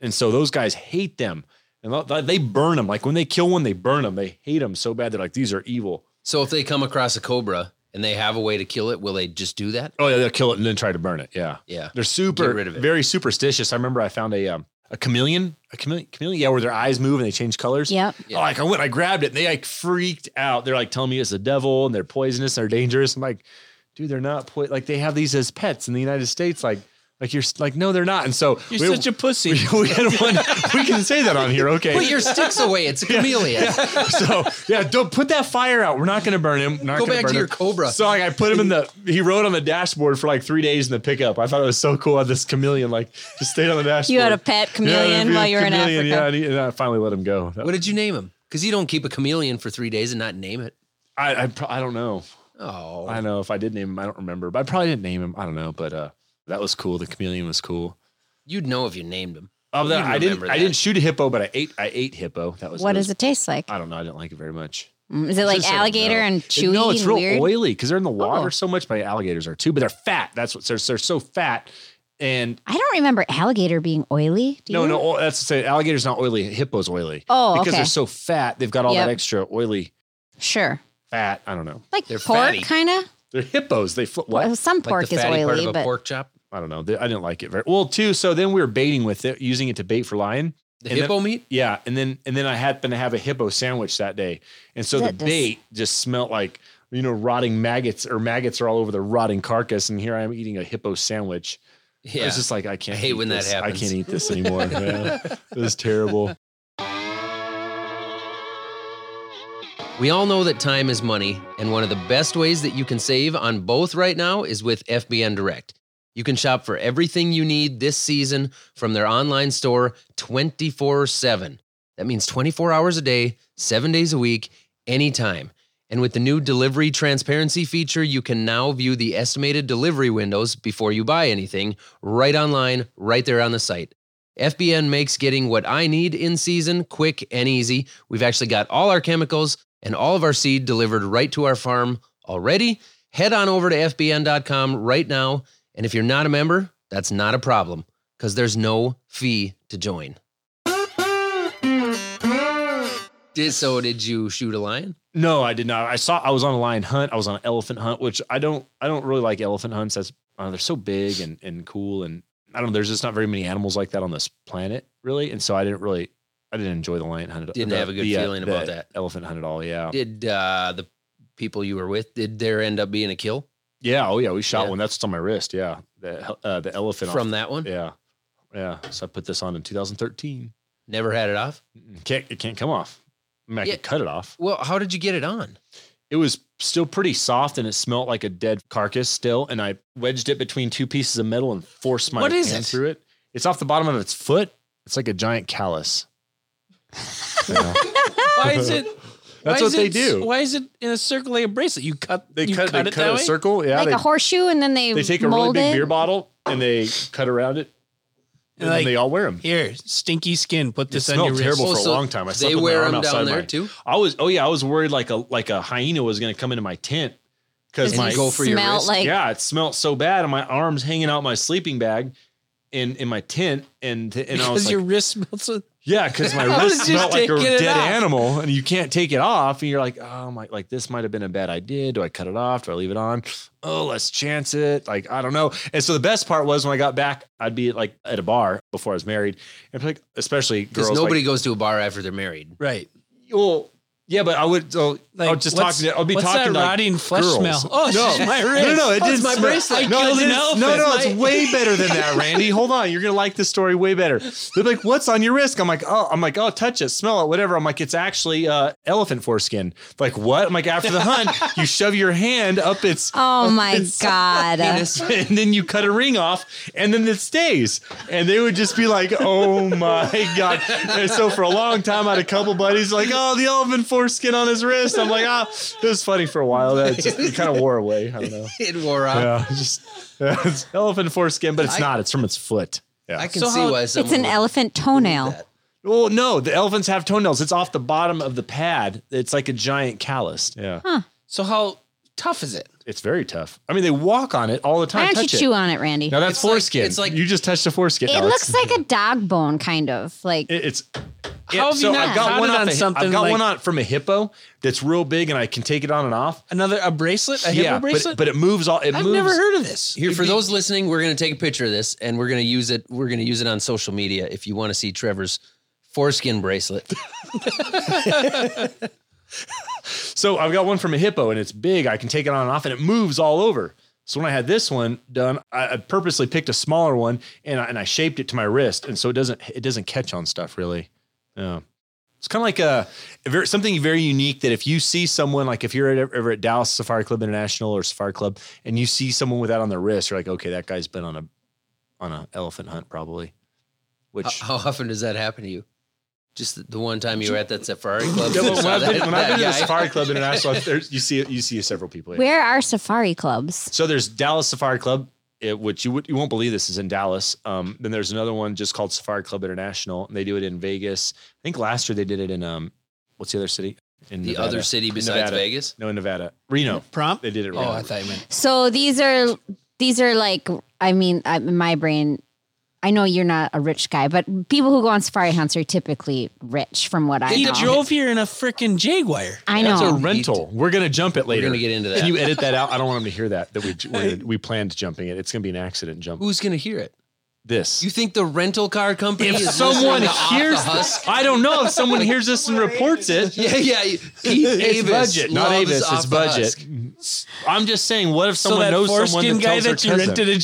B: And so those guys hate them. And lo- they burn them. Like when they kill one, they burn them. They hate them so bad. They're like, these are evil.
C: So if they come across a cobra and they have a way to kill it, will they just do that?
B: Oh yeah, they'll kill it and then try to burn it. Yeah.
C: Yeah.
B: They're super,
C: rid of it.
B: very superstitious. I remember I found a um, a chameleon, a chameleon, chameleon, yeah, where their eyes move and they change colors. Oh,
E: Yep.
C: Yeah.
B: Like I went, I grabbed it, and they like freaked out. They're like telling me it's the devil and they're poisonous, and they're dangerous. I'm like, dude, they're not po- like they have these as pets in the United States. Like, like you're s- like, no, they're not. And so
A: You're such a pussy.
B: we, we had one. We can say that on here, okay?
C: Put your sticks away. It's a chameleon.
B: so yeah, don't put that fire out. We're not gonna burn him. We're not
C: Go
B: gonna
C: back
B: burn
C: to your
B: him.
C: cobra.
B: So like I put him in the he rode on the dashboard for like three days in the pickup. I thought it was so cool how this chameleon like just stayed on the dashboard.
E: You had a pet chameleon
B: yeah,
E: while you were in
B: chameleon, Yeah,
E: Africa.
B: and, he- and I finally let him go. That-
C: What did you name him? Because you don't keep a chameleon for three days and not name it.
B: I I, pro- I don't know.
C: Oh,
B: I don't know if I did name him, I don't remember. But I probably didn't name him. I don't know. But uh that was cool. The chameleon was cool.
C: you'd know if you named him.
B: Of
C: You
B: that, I didn't.
C: remember
B: I
C: that.
B: didn't shoot a hippo, but I ate. I ate hippo. That was
E: What
B: it
E: does
B: was-
E: it taste like?
B: I don't know. I didn't like it very much.
E: Mm, Is it like
B: Just so I
E: alligator
B: know.
E: and chewy
B: No, it's
E: and
B: real
E: weird?
B: oily because they're in the water
E: Oh.
B: so much. But alligators are too, but they're fat. That's what they're, they're so fat. And
E: I don't remember alligator being oily. Do
B: no,
E: you?
B: no, oh, that's to say alligators not oily. Hippo's oily.
E: Oh,
B: because
E: okay.
B: they're so fat, they've got all
E: Yep.
B: that extra oily
E: Sure.
B: fat. I don't know.
E: Like
C: They're
E: pork,
C: fatty.
E: kind of.
B: They're hippos. They flip. What?
E: Well, some
C: Like
E: pork
C: the
E: is
C: fatty part of
E: oily,
C: a
E: but
C: pork chop.
B: I don't know. They- I didn't like it very well too. So then we were baiting with it, using it to bait for lion.
C: The
B: And
C: hippo meat.
B: Yeah, and then and then I happened to have a hippo sandwich that day, and so
E: That
B: the
E: does-
B: bait just smelt like you know rotting maggots or maggots are all over the rotting carcass, and here I am eating a hippo sandwich.
C: Yeah.
B: It's just like I can't.
C: I hate
B: eat
C: when that
B: this. I
C: happens.
B: can't eat this anymore. man. It was terrible.
C: We all know that time is money, and one of the best ways that you can save on both right now is with FBN Direct. You can shop for everything you need this season from their online store 24 7. That means 24 hours a day, seven days a week, anytime. And with the new delivery transparency feature, you can now view the estimated delivery windows before you buy anything right online, right there on the site. FBN makes getting what I need in season quick and easy. We've actually got all our chemicals and all of our seed delivered right to our farm already. Head on over to FBN.com right now. And if you're not a member, That's not a problem because there's no fee to join. Did so? Did you shoot a lion?
B: No, I did not. I saw I was on a lion hunt. I was on an elephant hunt, which I don't I don't really like elephant hunts. That's uh, they're so big and and cool and I don't know. There's just not very many animals like that on this planet, really. And so I didn't really I didn't enjoy the lion hunt. at-
C: Didn't
B: the-
C: have a good
B: the, uh,
C: feeling
B: the
C: about that.
B: elephant hunt at all. Yeah,
C: Did uh, the people you were with? Did there end up being a kill
B: yeah. Oh yeah, we shot
C: Yeah.
B: one. That's what's on my wrist. Yeah, the uh, the elephant
C: from
B: off-
C: that one?
B: Yeah, yeah. So I put this on in 2013.
C: Never had it off.
B: Can't it can't come off. I mean, I
C: Yeah.
B: could cut it off.
C: Well, how did you get it on?
B: It was still pretty soft and it smelled like a dead carcass still. And I wedged it between two pieces of metal and forced my
C: What is
B: hand
C: it?
B: through it. It's off the bottom of its foot. It's like a giant callus. Yeah.
C: Why is it?
B: That's
C: why is
B: what they
C: it-
B: do.
C: Why is it in a circulating bracelet? You cut.
B: They
C: you
B: cut,
C: cut,
B: they
C: it
B: cut
C: that
B: a
C: way?
B: circle. Yeah.
E: like
B: they,
E: a horseshoe, and then they
B: they take a really
E: mold
B: big
E: it.
B: beer bottle and they cut around it. And
A: Like-
B: then they all wear them.
A: Here, stinky skin. Put this on
B: smelled
A: your wrist.
B: terrible.
C: Oh,
B: for a
C: so
B: long time. I slept
C: they
B: with my
C: wear
B: arm
C: them
B: outside
C: down there
B: my-
C: too.
B: I was, oh yeah, I was worried like a like a hyena was going to come into my tent because
E: Does
B: my
E: it
C: go for your
E: smell
C: wrist?
E: like
B: yeah, it smelled so bad, and my arms hanging out my sleeping bag in in my tent, and and I was
A: Because
B: like,
A: your wrist smells. With,
B: yeah, because my
C: I was
B: wrist
C: just
B: smelled like a
C: taking it
B: dead
C: off.
B: animal, and you can't take it off, and you're like, oh my, like this might have been a bad idea. Do I cut it off? Do I leave it on? Oh, let's chance it. Like I don't know. And so the best part was when I got back, I'd be like at a bar before I was married, and like especially
C: Because
B: girls, like-
C: nobody goes to a bar after they're married.
A: right.
B: well, yeah, but I would. So I
A: Like,
B: would Oh, just talk
A: what's-
B: to. I'll be
A: what's
B: talking
A: that
B: to, like,
A: rotting flesh
B: girls.
A: smell? Oh, it's just my wrist.
B: No, no, it
A: Oh,
B: didn't.
A: it's my
B: smell-
A: bracelet.
B: No,
A: I
B: it
A: killed an
B: didn't- no,
A: elephant.
B: no, it's
A: My-
B: way better than that, Randy. Hold on, you're gonna like this story way better. They're like, "What's on your wrist?" I'm like, "Oh, I'm like, oh, touch it, smell it, whatever." I'm like, "It's actually uh, elephant foreskin." Like what? I'm like, after the hunt, you shove your hand up its
E: Oh my god!
B: penis, and then you cut a ring off, and then it stays. And they would just be like, "Oh my god!" And so for a long time, I had a couple buddies like, "Oh, the elephant foreskin on his wrist." I'm like, "Ah, it was funny for a while. That just it kind of wore away. I don't know.
C: It wore off.
B: Yeah, just yeah, it's elephant foreskin, but it's
C: I-
B: not. It's from its foot."
C: I
B: Yeah.
C: can
A: So
C: see
A: how-
C: why
E: it's
C: someone
E: an
C: would
E: elephant
C: do
E: toenail.
C: that.
B: Well, no, the elephants have toenails. It's off the bottom of the pad. It's like a giant callus. Yeah.
A: So how tough is it?
B: It's very tough. I mean, they walk on it all the time.
E: Why don't you
B: touch
E: chew
B: it.
E: on it, Randy?
B: Now that's
C: It's like-
B: foreskin.
C: it's like-
B: you just touched a foreskin.
E: it
B: No, it's-
E: looks like a dog bone, kind of like.
B: It- it's
A: How have you not
B: I've got
A: counted
B: one
A: on
B: on
A: something
B: I've got
A: like-
B: one on from a hippo that's real big, and I can take it on and off.
A: Another a bracelet, a hippo
B: yeah,
A: bracelet.
B: But, but it moves all. It
A: I've
B: moves.
A: never heard of this.
C: Here for those listening, we're going to take a picture of this and we're going to use it. We're going to use it on social media. If you want to see Trevor's foreskin bracelet,
B: So I've got one from a hippo, and it's big. I can take it on and off, and it moves all over. So when I had this one done, I I purposely picked a smaller one, and I, and I shaped it to my wrist, and so it doesn't it doesn't catch on stuff really. Yeah. It's kind of like a, a very, something very unique that if you see someone like if you're at, ever at Dallas Safari Club International or Safari Club and you see someone with that on their wrist, you're like, okay, that guy's been on a on an elephant hunt probably.
C: how,
B: Which
C: how often does that happen to you? Just the, the one time you were at that safari club.
B: Yeah,
C: and
B: but when
C: saw
B: I've been,
C: that-
B: when
C: that
B: I've been to the
C: guy.
B: Safari Club International, there's, you see you see several people. yeah.
E: Where are safari clubs?
B: So there's Dallas Safari Club, it, which you would you won't believe this is in Dallas. Um, then there's another one just called Safari Club International, and they do it in Vegas. I think last year they did it in um, what's the other city? In
C: the
B: Nevada.
C: other city
B: In
C: besides
B: Nevada.
C: Vegas.
B: No, in Nevada, Reno.
A: prompt.
B: They did it. in
A: Oh,
B: Reno.
A: I thought you meant
E: So these are these are like I mean I, in my brain. I know you're not a rich guy, but people who go on safari hunts are typically rich, from what I
A: he
E: know.
A: drove here in a freaking Jaguar.
E: I
B: That's a
E: know.
B: rental. We're gonna jump it
C: We're
B: later.
C: going to get into
B: Can
C: that.
B: you edit that out? I don't want them to hear that that we we we planned jumping it. It's gonna be an accident jump.
C: Who's going to hear it?
B: This.
C: You think the rental car company
B: If
C: is listening
B: someone
C: to Off the
B: hears,
C: Husk?
B: I don't know if someone hears this and reports it.
C: Yeah, yeah. Pete Avis
B: It's budget, not
C: loves
B: Avis.
C: Off
B: It's
C: the Husk.
B: budget. I'm just saying, what if someone
A: so that
B: knows someone
A: foreskin
B: that
A: guy
B: tells
A: that
B: their
A: you
B: cousin?
A: rented a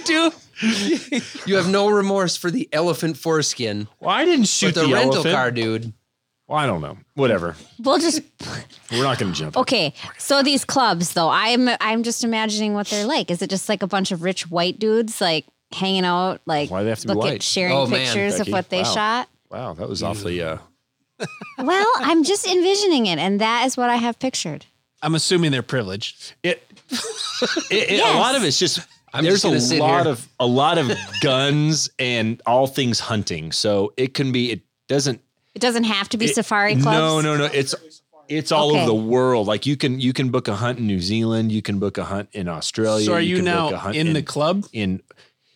A: Jaguar to?
C: You have no remorse for the elephant foreskin,
B: Well, I didn't shoot
C: but the,
B: the,
C: rental
B: elephant.
C: car dude.
B: Well, I don't know. Whatever.
E: We'll just
B: We're not going to jump.
E: okay. So these clubs, though, I'm I'm just imagining what they're like. Is it just like a bunch of rich white dudes like hanging out, like
B: Why do they have to be
E: look
B: white?
E: at sharing
C: Oh, man,
E: pictures
B: Becky.
E: of what they
B: Wow.
E: shot?
B: Wow, that was awfully. Uh,
E: Well, I'm just envisioning it, and that is what I have pictured.
A: I'm assuming they're privileged.
B: it, it, it-
E: Yes.
B: A lot of it's just.
C: I'm
B: there's
C: just gonna
B: a
C: sit
B: lot
C: here.
B: of a lot of guns and all things hunting, so it can be. It doesn't.
E: It doesn't have to be
B: it-
E: safari clubs.
B: No, no, no. It's it's all
E: Okay.
B: over the world. Like you can you can book a hunt in New Zealand. You can book a hunt in Australia.
A: so are you,
B: can book a
A: now
B: hunt
A: in the club?
B: in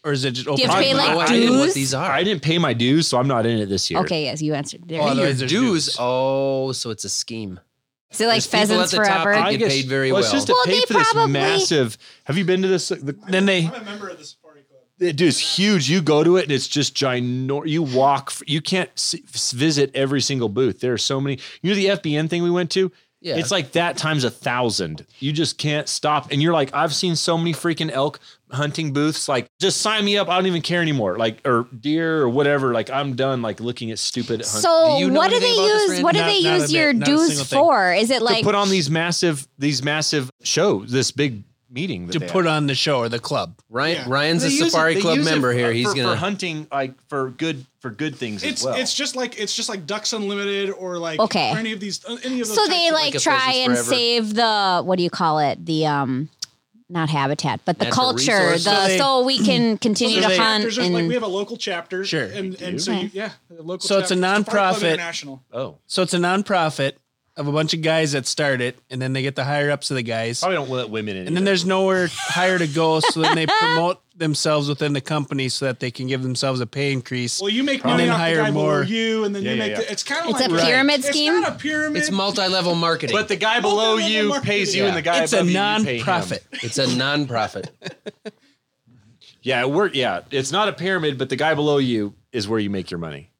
A: or is it just open?
E: you have to pay,
A: I-
E: like,
C: no
A: I-
E: dues?
C: idea what these are.
B: I didn't pay my dues, so I'm not in it this year.
E: Okay, yes, you answered. There.
A: Oh,
E: you
A: I
E: go.
A: thought-
C: Your
A: There's
C: dues.
A: dues.
C: Oh, so it's a scheme.
E: Is it like
C: There's people
E: pheasants
C: at the top
E: forever?
C: that
B: I
C: get
B: guess-
C: paid very
B: well,
C: well.
B: It's just to
E: Well,
B: pay
E: they
B: for this
E: probably-
B: massive. Have you been to this? The,
A: Then they
D: I'm a member of the Safari Club.
B: It- dude, it's huge. You go to it and it's just ginormous. You walk, f- you can't s- s- visit every single booth. There are so many. You know, the FBN thing we went to?
C: Yeah.
B: It's like that times a thousand. You just can't stop. And you're like, I've seen so many freaking elk hunting booths. Like, just sign me up. I don't even care anymore. Like, or deer or whatever. Like, I'm done, like, looking at stupid hunt.
E: So
C: Do you know
E: what do
C: anything
E: they
C: about this,
E: use?
C: Randy?
E: What do
A: Not-
E: they
A: not a
E: use
A: bit,
E: your
A: not a
E: dues
A: single thing.
E: for? Is it
B: to
E: like
B: put on these massive, these massive shows, this big meeting. That
A: to
B: they
A: put
B: have.
A: on the show or the club.
C: Ryan,
D: Yeah.
C: Ryan's a
B: They use it-
C: Safari
B: they
C: Club
B: use it
C: member
B: for-
C: here. He's
B: for-
C: gonna.
B: for hunting, like for good, for good things
D: It's
B: as well.
D: it's just like it's just like Ducks Unlimited or like
E: Okay.
D: or any of these uh, any of those.
E: so
D: types
E: they
D: of,
E: like
C: a
E: try
C: pheasants
E: and
C: forever.
E: save the what do you call it? The um not habitat, but the
C: Natural
E: culture,
C: resources.
E: the
A: So they-
E: so we can
D: Well,
E: continue
D: there's
E: to
A: they-
E: hunt
D: chapters, there's, like we
E: and
D: have a local chapter.
A: Sure.
D: And and so
E: Okay.
D: you, yeah, the local.
A: So it's a
D: chapter. Safari Club
A: nonprofit.
D: international.
B: oh,
A: So it's a nonprofit of a bunch of guys that start it, and then they get the higher ups of the guys,
B: probably don't let women in.
A: and then
B: either.
A: there's nowhere higher to go. So then they promote themselves within the company so that they can give themselves a pay increase.
D: Well, you make
A: And
D: money
A: then
D: off
A: hire
D: the guy
A: more-
D: below you, and then
B: Yeah,
D: you
B: yeah,
D: make
B: yeah.
D: the, it's kind of
E: It's
D: like
E: a pyramid
D: It's
E: scheme?
D: not a pyramid.
C: it's multi-level marketing.
B: but the guy below
D: Multi-level
B: you
D: marketing.
B: pays you, and the guy
A: it's a
B: above you, you pay him.
A: nonprofit.
C: it's a nonprofit.
B: Yeah, it work. Yeah, it's not a pyramid, but the guy below you is where you make your money.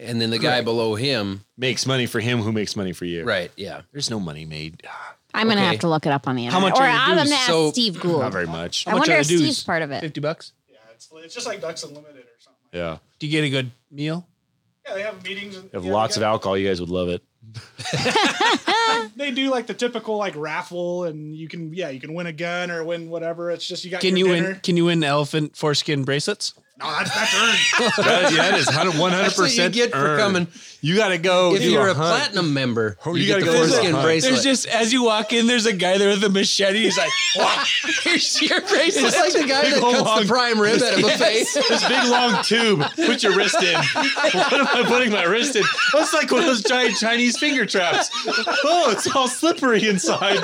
C: and then the guy below him.
B: Makes money for him who makes money for you.
C: Right. Yeah.
B: There's no money made.
E: I'm gonna
C: okay.
E: have to look it up on the internet.
A: much
E: or
A: are your
E: I'm
A: dues?
E: gonna ask
C: So-
E: Steve
B: Not
E: Gould.
B: very much.
E: I wonder
A: are
E: if
A: the dues?
E: Steve's part of it.
A: Fifty bucks.
D: Yeah, it's, it's just like Ducks Unlimited or something.
B: Yeah,
A: Do you get a good meal?
D: Yeah, they have meetings. And,
B: have
D: yeah,
B: lots
D: they
B: of
D: got-
B: alcohol. You guys would love it.
D: They do like the typical like raffle, and you can yeah, you can win a gun or win whatever. It's just you got
A: Can you
D: your
A: win?
D: dinner.
A: Can you win elephant foreskin bracelets?
D: No, that's that's earned.
B: that, that is 100
C: That's what you
B: percent
C: get for coming.
B: You got to go.
C: If
B: do
C: you're a
B: hunt.
C: platinum member,
B: Oh,
C: you,
B: you
C: get the
B: gotta go do a
C: foreskin
B: hunt.
C: bracelet.
A: There's just as you walk in, there's a guy there with a machete. He's like,
C: Here's your bracelet. It's like the guy that
B: old
C: cuts
B: long-
C: the prime rib at a buffet.
B: this big long tube. Put your wrist in. What am I putting my wrist in? That's like one of those giant Chinese finger traps. Oh, it's all slippery inside.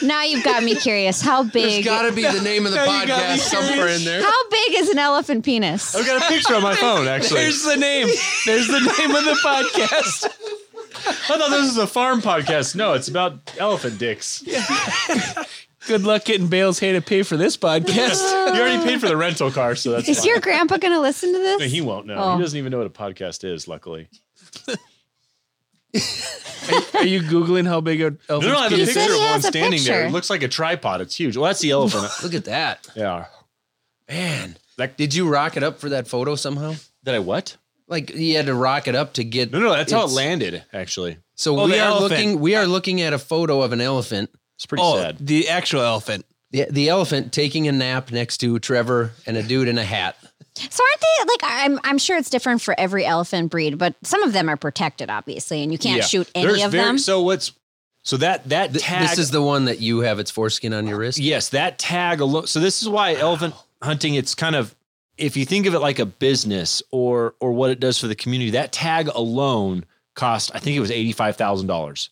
E: Now you've got me curious. How
C: There's
E: big
C: got to be the name of the
B: Now you got
C: podcast
B: me
C: somewhere in there.
E: how big is an elephant penis?
B: I've got a picture on my phone, actually.
A: "There's the name. There's the name of the podcast."
B: I thought this was a farm podcast. No, it's about elephant dicks. You
A: Good luck getting Bale's hay to pay for this podcast.
B: already paid for the rental car, so that's
E: Is
B: fine.
E: your grandpa gonna listen to this?
B: He won't know.
E: Oh.
B: He doesn't even know what a podcast is, luckily.
A: Are you googling how big an
B: No,
A: elephant?
B: no, I have a
E: He
B: picture
E: said
B: of
E: he
B: one
E: has a
B: standing there. It
E: picture.
B: looks like a tripod. It's huge. Well, that's the elephant.
C: Look at that,
B: yeah.
C: man.
B: That-
C: Did you rock it up for that photo somehow?
B: Did I what?
C: Like you had to rock it up to get.
B: No, no, that's how it
C: it's-
B: landed, actually.
C: So
A: Oh,
C: we
A: the
C: are
A: elephant.
C: looking. We are looking at a photo of an elephant.
B: It's pretty
A: oh,
B: sad.
A: the actual elephant.
C: The, the elephant taking a nap next to Trevor and a dude in a hat.
E: So aren't they like I'm I'm sure it's different for every elephant breed, but some of them are protected obviously and you can't
B: Yeah.
E: shoot any
B: There's
E: of
B: very-
E: them.
B: So what's so that that
C: Th-
B: tag
C: this is the one that you have its foreskin on your wrist.
B: yes that tag alone. So this is why elephant hunting. It's kind of if you think of it like a business or or what it does for the community. That tag alone cost I think it was eighty five thousand dollars.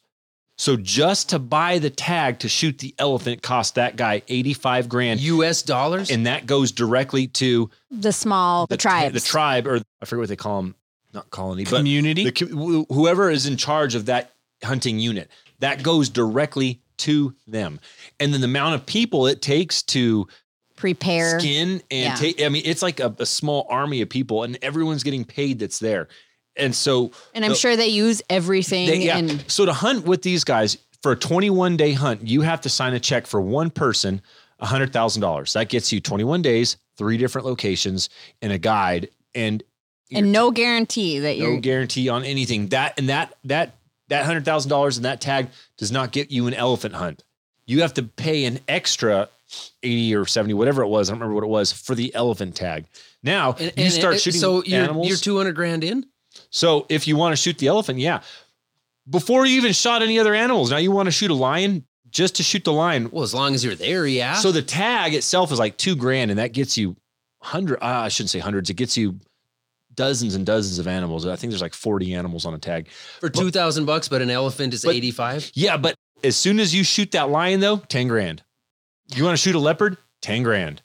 B: So just to buy the tag to shoot the elephant cost that guy eighty five grand,
C: U.S. dollars.
B: and that goes directly to
E: the small the, tribes.
B: the tribe or I forget what they call them, not colony, but
A: Community.
B: the, co- wh- whoever is in charge of that hunting unit that goes directly to them and then the amount of people it takes to
E: prepare.
B: skin and
E: Yeah.
B: take i mean it's like a, a small army of people and everyone's getting paid that's there and so
E: And I'm
B: the-
E: sure they use everything
B: they, yeah.
E: and
B: so to hunt with these guys for a 21 day hunt you have to sign a check for one person $100000 that gets you 21 days three different locations and a guide and
E: and no guarantee that
B: no
E: you're
B: guarantee on anything. That and that that that hundred thousand dollars and that tag does not get you an elephant hunt. You have to pay an extra eighty or seventy, whatever it was. I don't remember what it was for the elephant tag. Now
C: And-
B: you
C: and-
B: start
C: and-
B: shooting
C: so you're,
B: animals.
C: You're 200 grand in.
B: so if you want to shoot the elephant, yeah. Before you even shot any other animals, now you want to shoot a lion just to shoot the lion.
C: Well, as long as you're there, yeah.
B: So the tag itself is like two grand, and that gets you hundred. Uh, I shouldn't say hundreds. It gets you dozens and dozens of animals. I think there's like forty animals on a tag.
C: for two thousand bucks, but an elephant is
B: But-
C: 85.
B: Yeah, but as soon as you shoot that lion, though, 10 grand. You want to shoot a leopard? 10 grand.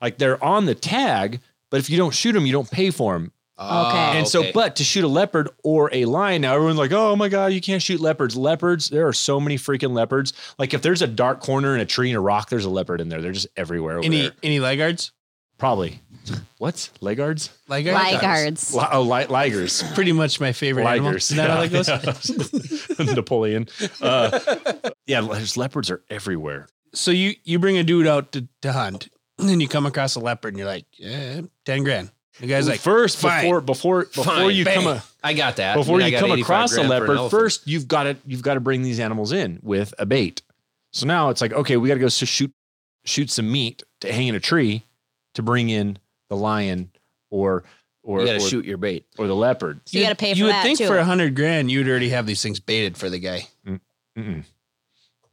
B: Like they're on the tag, but if you don't shoot them, you don't pay for them.
C: Ah,
B: And
C: okay.
B: so, but to shoot a leopard or a lion, now everyone's like, oh my God, you can't shoot leopards. Leopards, there are so many freaking leopards. Like if there's a dark corner in a tree and a rock, there's a leopard in there. They're just everywhere. Over
A: Any
B: there.
A: any laggards?
B: Probably. What? Legards?
A: Laggards?
E: Ligards.
B: Li- oh, li- ligers.
A: Pretty much my favorite animal.
B: Ligers.
A: Isn't that how that goes?
B: Yeah. Napoleon. Uh, yeah, there's leopards are everywhere.
A: So you you bring a dude out to, to hunt, and then you come across a leopard, and you're like, yeah, ten grand. The guy's like,
B: first
A: fine.
B: before before before
C: Fine,
B: you
C: bang.
B: come a,
C: I got that.
B: before
C: I
B: you
C: got
B: come
C: 85
B: across a
C: grand for an
B: leopard,
C: elephant.
B: first you've got to you've got to bring these animals in with a bait. So now it's like okay, we got to go s- shoot shoot some meat to hang in a tree to bring in the lion or or
C: you got to
B: or,
C: shoot your bait.
B: or the leopard.
E: So you got to pay for
A: you would
E: that
A: think
E: too.
A: for a hundred grand, you'd already have these things baited for the guy.
B: Mm-mm.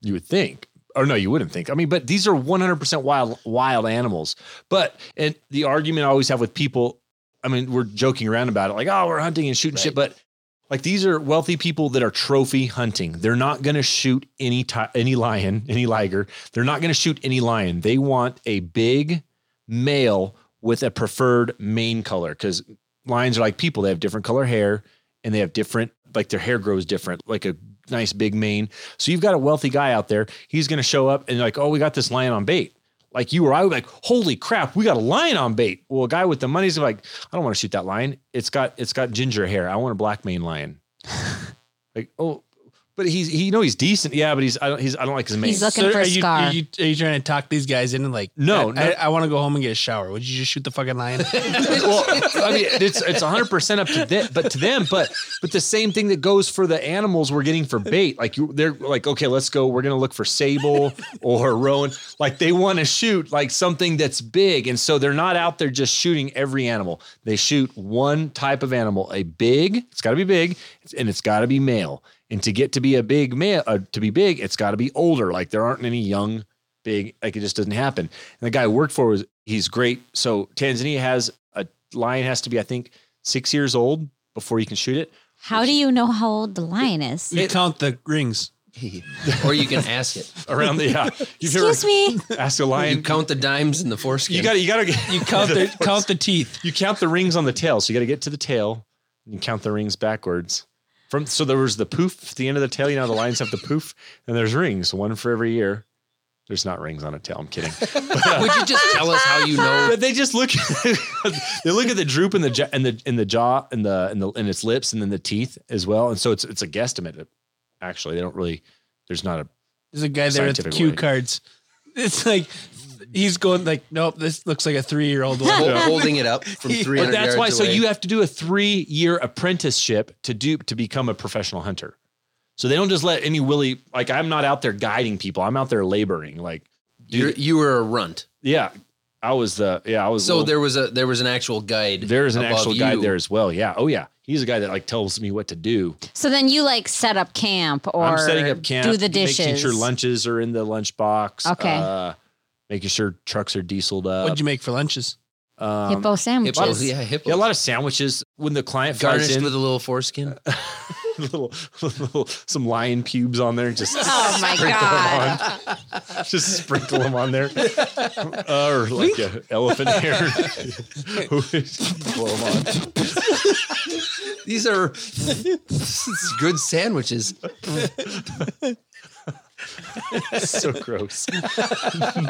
B: You would think, or no, you wouldn't think. I mean, but these are 100% wild, wild animals. But, and the argument I always have with people, I mean, we're joking around about it, like, oh, we're hunting and shooting shit, but like these are wealthy people that are trophy hunting. They're not going to shoot any ti- any lion, any liger. They're not going to shoot any lion. They want a big male with a preferred mane color because lions are like people. They have different color hair and they have different like their hair grows different, like a nice big mane. So you've got a wealthy guy out there. He's going to show up and like, oh, we got this lion on bait. Like you or I would be like, holy crap, we got a lion on bait. Well, a guy with the money's like, I don't want to shoot that lion. It's got it's got ginger hair. I want a black mane lion. like, oh, but he's he, you know he's decent. Yeah, but he's I don't he's I don't like his mane.
E: He's looking for a
A: are you,
E: scar.
A: Are you, are you trying to talk these guys in and like,
B: No,
A: I,
B: no.
A: I, want to go home and get a shower. Would you just shoot the fucking lion?
B: well, I mean, it's it's hundred percent up to them, but to them, but but the same thing that goes for the animals we're getting for bait. Like you, they're like, okay, let's go. We're gonna look for sable or rowan. Like they want to shoot like something that's big, and so they're not out there just shooting every animal. They shoot one type of animal, a big. It's got to be big, and it's got to be male. And to get to be a big male, uh, to be big, it's got to be older. Like there aren't any young big like it just doesn't happen and the guy i worked for was he's great so tanzania has a lion has to be i think six years old before you can shoot it
E: How do you know how old the lion is?
A: you count the rings.
C: or you can ask it.
B: around the yeah you've
E: Excuse me.
B: ever asked a
C: You
B: lion
C: count the dimes in the foreskin.
B: you gotta you gotta get-
A: You count the count the teeth.
B: you count the rings on the tail so you gotta get to the tail and you count the rings backwards from so there was the poof at the end of the tail you know how the lions have the poof and there's rings one for every year there's not rings on a tail i'm kidding
C: Would you just tell us how you know?
B: But they just look. they look at the droop in the ja- and the in the jaw and the and the in its lips and then the teeth as well. And so it's it's a guesstimate. Actually, they don't really. There's not a.
A: There's a guy there with
B: Scientific
A: cue
B: way.
A: cards. It's like he's going like, nope, this looks like a three year old.
C: Hol- Holding it up from 300
B: But that's
C: yards
B: why. So
C: away.
B: you have to do a three year apprenticeship to do to become a professional hunter. So they don't just let any willy. Like I'm not out there guiding people. I'm out there laboring. Like
C: You're, you were a runt.
B: yeah, I was the yeah I was.
C: So
B: little-
C: there was a there was an actual guide.
B: there's an
C: above
B: actual guy
C: you.
B: there as well. Yeah. Oh yeah. He's a guy that like tells me what to do.
E: So then you like set up camp or
B: I'm setting up camp,
E: do the
B: making
E: dishes.
B: sure lunches are in the lunch box.
E: Okay.
B: Uh, making sure trucks are dieseled up.
A: What'd you make for lunches?
B: Um,
E: Hippo sandwiches.
C: Hippos, yeah, hippos.
B: yeah, a lot of sandwiches when the client flies
C: garnished
B: in
C: with a little foreskin.
B: little, little some lion pubes on there. Just
E: Oh my
B: sprinkle
E: god.
B: them on. Just sprinkle them on there, Uh, or like a elephant hair. Blow 'em on.
C: These are good sandwiches.
B: so gross.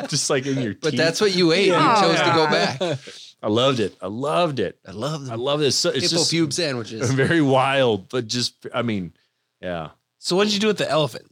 B: just like in your teeth.
C: But that's what you ate. You
E: Yeah.
C: chose to go
E: Aw.
C: back.
B: I loved it. I loved it.
C: I love
B: I
C: them.
B: love this. It's
C: Hippo
B: just
C: pube sandwiches.
B: very wild, but just I mean, yeah.
A: So what'd you do with the elephant?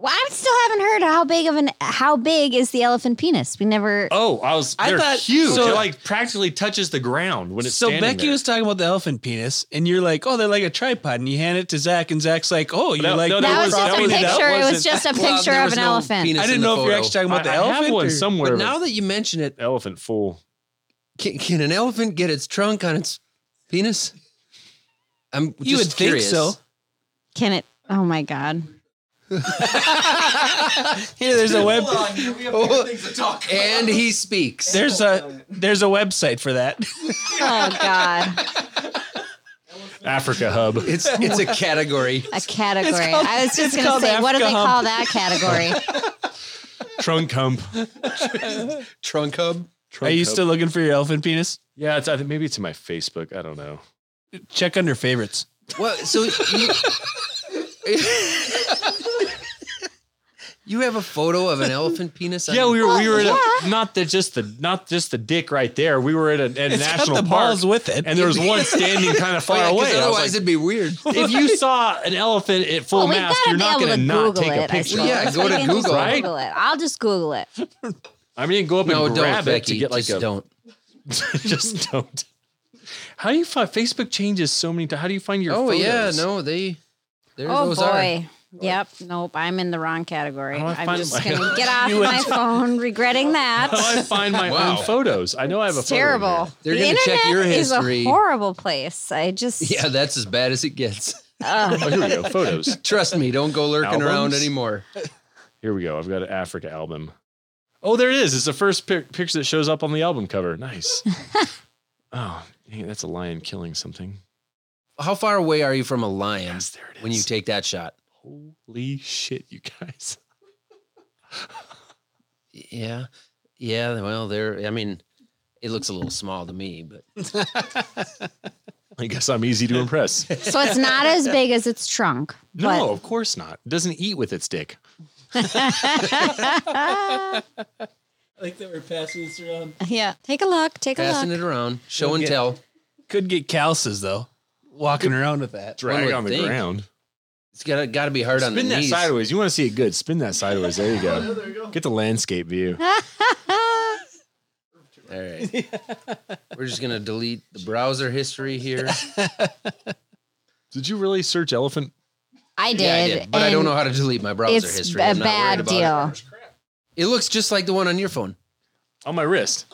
E: Well, I still haven't heard how big of an how big is the elephant penis. We never
B: Oh, I was.
A: I
B: they're
A: thought-
B: huge.
A: so-
B: it like practically touches the ground when it's
A: So
B: standing
A: Becky
B: there.
A: was talking about the elephant penis, and you're like, oh, they're like a tripod, and you hand it to Zach, and Zach's like, oh, you're
B: No,
A: like,
B: no, no,
E: that,
B: there
E: was
B: was-
E: just
B: that
E: a
B: was- that
E: picture. It was
B: wasn't-
E: just a
C: Well,
E: picture
C: there
E: of
C: was
E: an
C: no
E: elephant.
C: penis
A: I
C: in
A: didn't
C: the
A: know if you're
C: photo.
A: actually talking about the
B: I, I
A: elephant.
B: have one
A: or-
B: somewhere.
C: But
B: of
C: now that you mention it,
B: an elephant fool.
C: can, can an elephant get its trunk on its penis? I'm just
A: You would think
C: curious.
A: so.
E: Can it? Oh my god.
A: Here, there's a web.
C: And he speaks.
A: There's a there's a website for that.
E: Oh god.
B: Africa Hub.
C: It's it's a category.
E: A category.
A: called-
E: I was
A: it's
E: just gonna
A: called
E: say, what do they
A: Africa
E: call that category?
B: Trunk hump.
C: Trunk hub.
A: Are you still looking for your elephant penis?
B: Yeah, it's, I think maybe it's in my Facebook. I don't know.
A: Check under favorites.
C: Well, so you, you have a photo of an elephant penis? On
B: Yeah,
C: your-
B: we were we were at a, not the just the not just the dick right there. We were at a, at a
A: It's
B: national
A: got the
B: park,
A: balls with it.
B: and there was one standing kind of
C: Oh,
B: far
C: yeah, 'cause
B: away. I was
C: Otherwise,
B: like,
C: it'd be weird.
B: if you saw an elephant at full
E: Oh, we've
B: mast,
E: gotta
B: you're
E: be
B: not
E: able
B: going to
E: to
B: not
E: Google
B: take a
E: it, I
B: picture.
E: suppose.
C: Yeah,
E: Like,
C: go
E: we
C: to
E: can just
C: Google,
B: right?
E: Google it. I'll just Google it.
B: I mean, go up
C: No,
B: and
C: don't,
B: grab it to
C: Becky.
B: get like
C: just
B: a
C: don't.
B: just don't. How do you find Facebook changes so many times? How do you find your?
C: Oh yeah,
B: photos?
C: no, they. There
E: Oh
C: those are.
E: boy. Yep. Nope. I'm in the wrong category.
B: How do I
E: I'm
B: find
E: just
B: my-
E: gonna get off my phone, regretting that.
B: How do I find my
C: Wow.
B: own photos? I know I have a
E: It's
B: photo in
E: terrible.
B: here.
C: They're
E: the
C: gonna check
E: internet
C: your
E: is
C: history.
E: a horrible place. I just
C: Yeah, that's as bad as it gets.
E: Ugh.
B: Oh, here we go. Photos.
C: Trust me, don't go lurking around
B: Albums?
C: anymore.
B: Here we go. I've got an Africa album. Oh, there it is. It's the first pic- picture that shows up on the album cover. Nice. oh, dang, that's a lion killing something.
C: How far away are you from a lion
B: Yes, there it is.
C: when you take that shot?
B: Holy shit, you guys.
C: Yeah, yeah. Well, there. I mean, it looks a little small to me, but
B: I guess I'm easy to impress.
E: so it's not as big as its trunk.
B: no, of course not. It doesn't eat with its dick.
A: I like that we're passing this around.
E: But yeah. Take a look. Take a
C: passing
E: look.
C: it around, show and
A: get-
C: tell.
A: Could get calluses though, walking around with that.
C: One
B: Drag
C: would
B: on the
C: think.
B: ground.
C: It's gotta gotta be hard on
B: Spin
C: the
B: that
C: knees.
B: sideways. You want to see it good. Spin that sideways. Oh, There you go. Get the landscape view.
C: All right. We're just gonna delete the browser history here.
B: Did you really search elephant?
E: I did.
C: Yeah, I did, but I don't
E: and
C: know how to delete my browser
E: it's
C: history.
E: a
C: I'm not
E: bad
C: worried about
E: deal.
C: It. it looks just like the one on your phone,
B: On my wrist.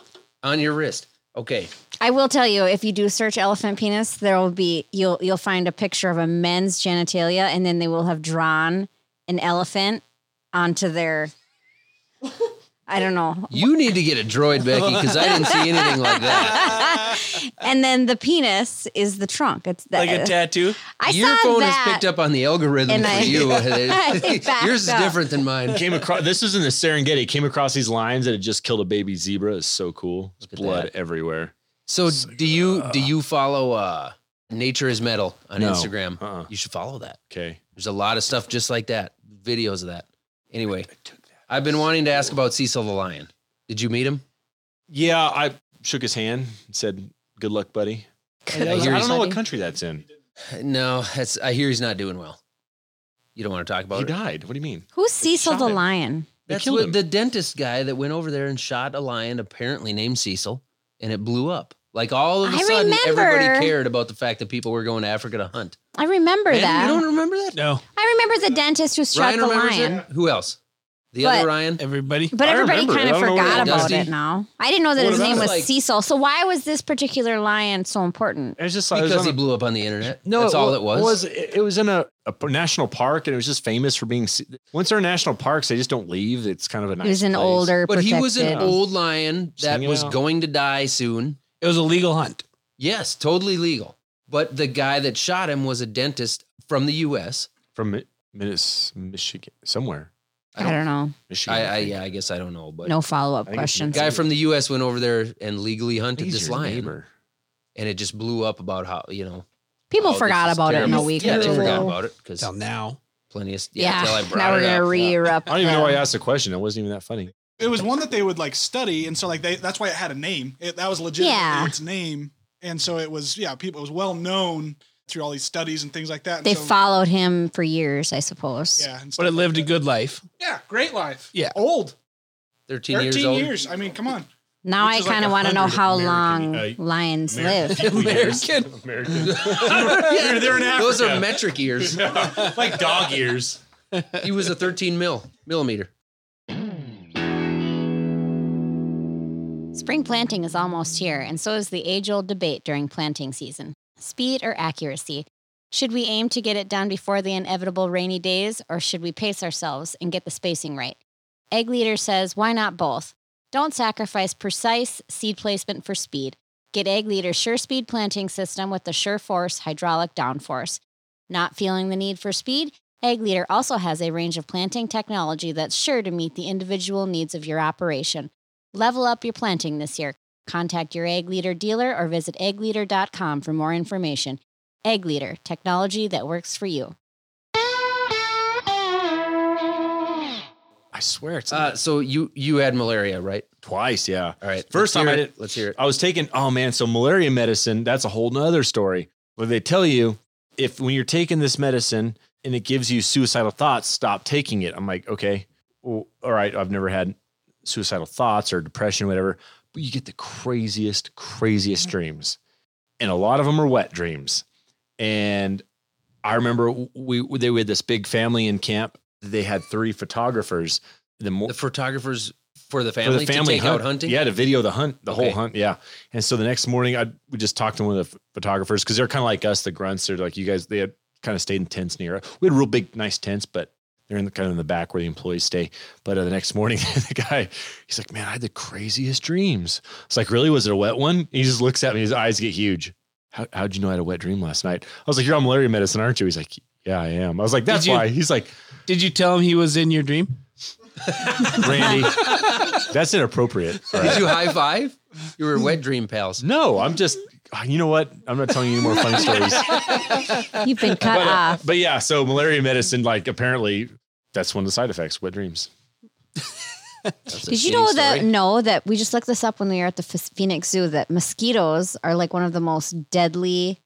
C: on your wrist. Okay.
E: I will tell you, if you do search elephant penis, there will be you'll you'll find a picture of a men's genitalia, and then they will have drawn an elephant onto their. I don't know.
C: You need to get a droid, Becky, because I didn't see anything like that.
E: And then the penis is the trunk. It's that.
A: Like a tattoo.
E: I
C: your
E: saw
C: phone
E: that.
C: has picked up on the algorithm
E: and
C: for
E: I-
C: you.
E: I backed
C: Yours is
E: up.
C: different than mine.
B: Came across this is in the Serengeti. Came across these lions that had just killed a baby zebra. It's so cool. There's
C: at
B: blood
C: that.
B: everywhere.
C: So do you do you follow uh Nature is Metal on
B: No.
C: Instagram?
B: Uh-uh.
C: You should follow that.
B: Okay.
C: There's a lot of stuff just like that, videos of that. Anyway, I've been wanting to ask about Cecil the Lion. Did you meet him?
B: Yeah, I shook his hand and said, Good luck, buddy.
C: I
B: I,
C: hear
B: don't know
E: Buddy.
B: what country that's in.
C: No, that's, I hear he's not doing well. You don't want to talk about
B: He
C: it.
B: died. What do you mean?
E: Who's Cecil
B: shot
E: the
B: him.
E: lion?
B: They
C: That's
B: killed
C: what
B: him.
C: the dentist guy that went over there and shot a lion, apparently named Cecil, and it blew up. Like all of a
E: I
C: sudden, everybody
E: remember.
C: cared about the fact that people were going to Africa to hunt.
E: I remember
C: And
E: that.
C: You don't remember that?
A: No,
E: I remember the dentist who struck
C: Ryan
E: the
C: remembers
E: lion.
C: it. Who else? The
E: But-
C: other Ryan.
A: everybody.
E: But
B: I
E: everybody
B: remember it.
E: kind of
B: I don't know what
E: forgot
B: it
E: about
C: was.
E: it now. I didn't know that
B: What
E: his
B: about
E: name
B: it?
E: was
C: Like-
E: Cecil. So why was this particular lion so important?
B: It was just like it was
C: Because
B: on
C: he
B: a-
C: blew up on the internet. No, that's all
B: wa-
C: it was.
B: It, it was in a, a p- national park, and it was just famous for being. se- Once they're in national parks, they just don't leave. It's kind of a nice.
E: he was an
B: place.
E: older,
C: but he was an
E: protected-
C: old lion that
B: Sing it
C: was
B: out.
C: going to die soon.
A: It was a legal hunt.
C: Yes, totally legal. But the guy that shot him was a dentist from the U.S.
B: from Mi- Minnes, Michigan, somewhere.
E: I don't know.
B: Michigan.
C: I, I
B: think.
C: yeah, I guess I don't know, but
E: No follow up
B: I think it's
E: questions.
C: guy from the U.S. went over there and legally
B: I think
C: hunted
B: he's
C: this
B: your
C: lion,
B: neighbor.
C: and it just blew up about how you know
E: People
C: oh, this
E: forgot
C: is
E: about it in a
C: terrible.
E: week.
C: Yeah,
E: or
C: they
E: two.
C: forgot about it because
A: Till now.
C: plenty of yeah.
E: Yeah,
C: till I brought
E: now we're
C: it
E: gonna
C: up.
E: re-erupt.
B: I don't even know
E: the-
B: why I asked the question. It wasn't even that funny.
D: It was one that they would like study, and so like they that's why it had a name. It, that was legit
E: Yeah.
D: its name, and so it was yeah, people it was well known through all these studies and things like that. And
E: They
D: so,
E: followed him for years, I suppose.
D: yeah, and
A: But
D: stuff
A: it lived a
D: like
A: good life.
D: that. yeah, great life.
A: Yeah.
D: old,
C: Thirteen,
D: thirteen
C: years old.
D: years. I mean, come on.
E: Now
D: Which
E: I
D: is like
E: kind of want to know
D: 100
E: how long
B: American-
E: lions live.
C: American.
B: American.
C: Yeah,
B: They're in
C: Those are
B: Africa.
C: metric years.
B: like dog ears.
C: He was a thirteen mil millimeter.
E: Spring planting is almost here, and so is the age old debate during planting season speed or accuracy. Should we aim to get it done before the inevitable rainy days, or should we pace ourselves and get the spacing right? Egg Leader says, why not both? Don't sacrifice precise seed placement for speed. Get Egg Leader's Sure Speed planting system with the Sure Force hydraulic downforce. Not feeling the need for speed? Egg Leader also has a range of planting technology that's sure to meet the individual needs of your operation. Level up your planting this year. Contact your egg leader dealer or visit eggleader.com for more information. Egg Leader, technology that works for you.
B: I swear it's
C: Uh, so you you had malaria, right?
B: twice. Yeah.
C: All right.
B: First
C: let's
B: time
C: hear
B: I
C: it.
B: did-
C: Let's hear it.
B: I was taking, oh man, so malaria medicine, that's a whole nother story. Where they tell you if when you're taking this medicine and it gives you suicidal thoughts, stop taking it. I'm like, okay, well, all right, I've never had suicidal thoughts or depression, whatever. But you get the craziest, craziest dreams. And a lot of them are wet dreams. And I remember we, we they we had this big family in camp. They had three photographers. The more
C: The photographers for the
B: for
C: family, to take
B: hunt.
C: out hunting.
B: Yeah, to video the hunt, the whole
C: Okay.
B: hunt. Yeah. And so the next morning, I we just talked to one of the ph- photographers because they're kind of like us, the grunts. They're like you guys. They had kind of stayed in tents near. We had real big, nice tents, but they're in the kind of in the back where the employees stay. But uh, the next morning, the guy, he's like, "Man, I had the craziest dreams." It's like, really? Was it a wet one? And he just looks at me. His eyes get huge. How, how'd you know I had a wet dream last night? I was like, "You're on malaria medicine, aren't you?" He's like, "Yeah, I am." I was like, "That's
A: you-
B: why." He's like,
A: Did you tell him he was in your dream?
B: "Randy, that's inappropriate."
C: Did you high five? You were wet dream pals.
B: No, I'm just. You know what? I'm not telling you any more funny stories.
E: You've been cut
B: But, uh,
E: off.
B: but yeah, so malaria medicine, like apparently, that's one of the side effects. Wet dreams.
C: That's a
E: Did you
C: shitty
E: know that?
C: story.
E: No, that we just looked this up when we were at the Ph- Phoenix Zoo. That mosquitoes are like one of the most deadly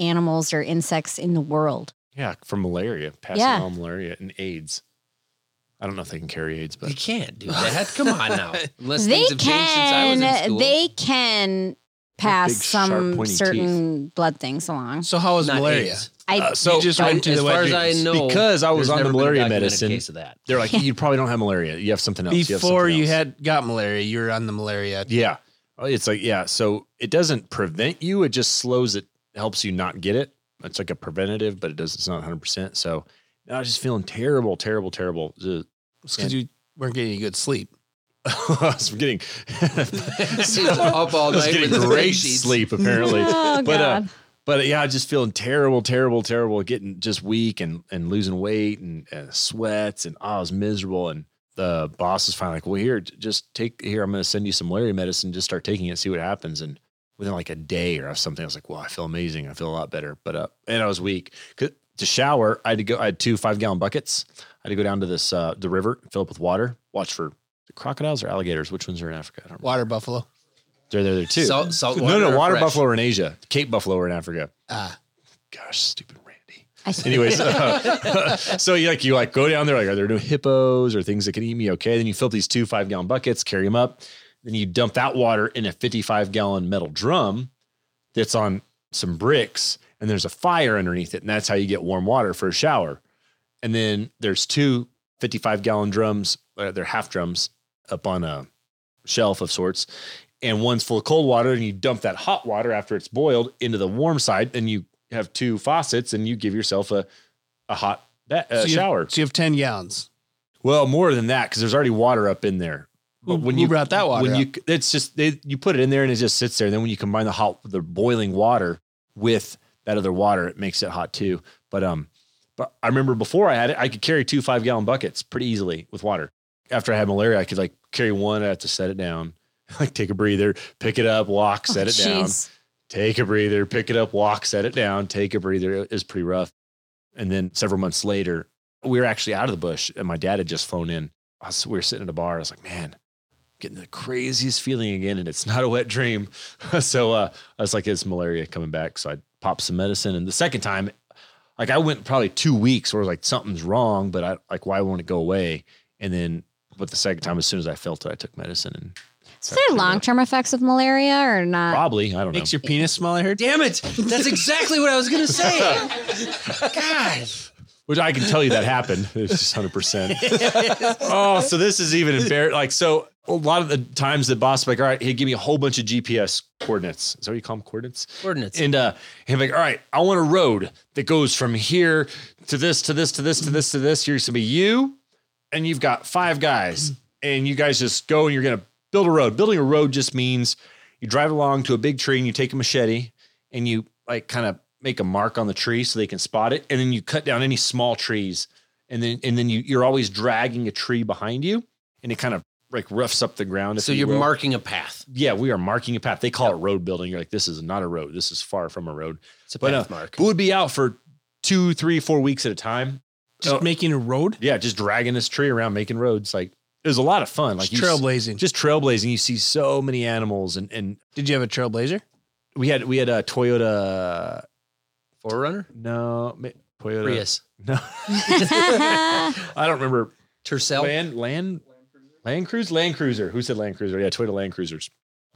E: animals or insects in the world.
B: Yeah, from malaria, passing
E: Yeah.
B: on malaria and AIDS. I don't know if they can carry AIDS,
C: You
B: but
C: can't do that. Come on now. Unless
E: they
C: things have changed since I was in
E: can.
C: school.
E: They can pass
B: big, sharp,
E: some
B: pointy
E: certain blood things along.
A: So how was
C: Not
A: malaria?
C: AIDS.
E: I
B: so
A: you just
C: I-
A: went to
C: as
A: the wet
C: far as I
A: dreams.
C: know,
B: Because I was
C: there's
B: on
C: never been a
B: the malaria
C: documented
B: medicine.
C: Case of that.
B: they're like, you probably don't have malaria. You have something else. have
A: Before
B: something
A: you
B: else."
A: had got malaria, you were on the malaria.
B: yeah, Oh, it's like yeah. So it doesn't prevent you. It just slows it, helps you not get it. It's like a preventative, but it does. It's not 100. percent So I was just feeling terrible, terrible, terrible. Ugh.
A: because you weren't getting any good sleep.
B: I was getting,
C: She's up all
B: I was
C: night
B: getting
C: with
B: great
C: spreadsheets.
B: sleep apparently.
E: Oh,
B: but uh,
E: God.
B: but yeah, just feeling terrible, terrible, terrible, getting just weak and and losing weight and, and sweats and oh, I was miserable. And the boss was finally like, "Well, here, j- just take here. I'm going to send you some malaria medicine. Just start taking it, see what happens." And within like a day or something, I was like, "Wow, I feel amazing. I feel a lot better." But uh, and I was weak. 'Cause To shower, I had to go. I had two five gallon buckets. I had to go down to this uh, the river, fill up with water. Watch for crocodiles or alligators. Which ones are in Africa? I don't remember.
A: Water buffalo.
B: They're there, there too.
C: Salt- salt
B: no,
C: water
B: no,
C: or
B: water
C: fresh?
B: buffalo are in Asia. Cape buffalo are in Africa.
A: Ah.
B: Gosh, stupid Randy.
E: I see.
B: Anyways, uh, so you like you like go down there. Like, are there no hippos or things that can eat me? Okay, then you fill up these two five gallon buckets, carry them up, then you dump that water in a fifty five gallon metal drum that's on some bricks, and there's a fire underneath it, and that's how you get warm water for a shower. And then there's two 55 gallon drums, uh, they're half drums up on a shelf of sorts. And one's full of cold water, and you dump that hot water after it's boiled into the warm side. Then you have two faucets, and you give yourself a, a hot ba- uh,
A: so you
B: shower.
A: Have, so you have ten gallons.
B: Well, more than that, because there's already water up in there.
A: Who- who brought that water
B: when
A: up?
B: you it's just they, you put it in there and it just sits there. then when you combine the hot the boiling water with that other water, it makes it hot too. But um, but I remember before I had it, I could carry two five gallon buckets pretty easily with water. After I had malaria, I could like carry one. I had to set it down, like take a breather, pick it up,
A: Oh,
B: walk, set it down
E: Oh, Jeez.
B: take a breather, pick it up, walk, set it down, take a breather. It was pretty rough. And then several months later, we were actually out of the bush and my dad had just flown in. I was, we were sitting at a bar. I was like, man, getting the craziest feeling again. And it's not a wet dream. so uh, I was like, it's malaria coming back. So I popped some medicine. And the second time, like I went probably two weeks where like something's wrong, but I like, why won't it go away? And then, but the second time, as soon as I felt it, I took medicine and
E: Is there long term effects of malaria or not?
B: probably, I don't know.
A: Makes your penis small. I heard.
C: Damn it! That's exactly what I was gonna say. God,
B: which I can tell you that happened. It's just hundred percent. Oh, so this is even embarrassing. Like, so a lot of the times the boss would be like, all right, he'd give me a whole bunch of GPS coordinates. Is that what you call them, coordinates?
C: Coordinates.
B: And uh, he'd be like, all right, I want a road that goes from here to this to this to this to this to this. Here's gonna be you, and you've got five guys, and you guys just go and you're gonna build a road. Building a road just means you drive along to a big tree and you take a machete and you like kind of make a mark on the tree so they can spot it and then you cut down any small trees and then and then you you're always dragging a tree behind you and it kind of like roughs up the ground. if
C: So
B: you
C: you're
B: will.
C: marking a path.
B: Yeah, we are marking a path. They call it road building. You're like, this is not a road. This is far from a road.
C: It's a
B: But,
C: path
B: uh,
C: mark.
B: We would be out for two, three, four weeks at a time.
A: Just
B: Oh.
A: making a road,
B: Yeah, just dragging this tree around, making roads. Like it was a lot of fun.
A: like
B: Like you s-
A: trailblazing.
B: just trailblazing. You see so many animals, and and
A: Did you have a trailblazer?
B: we had we had a Toyota.
C: Forerunner?
B: No, ma- Toyota.
C: Prius.
B: No, I don't remember.
C: Tercel?
B: Land Land Land Cruiser. Land Cruiser. Who said Land Cruiser? Yeah, Toyota Land Cruisers.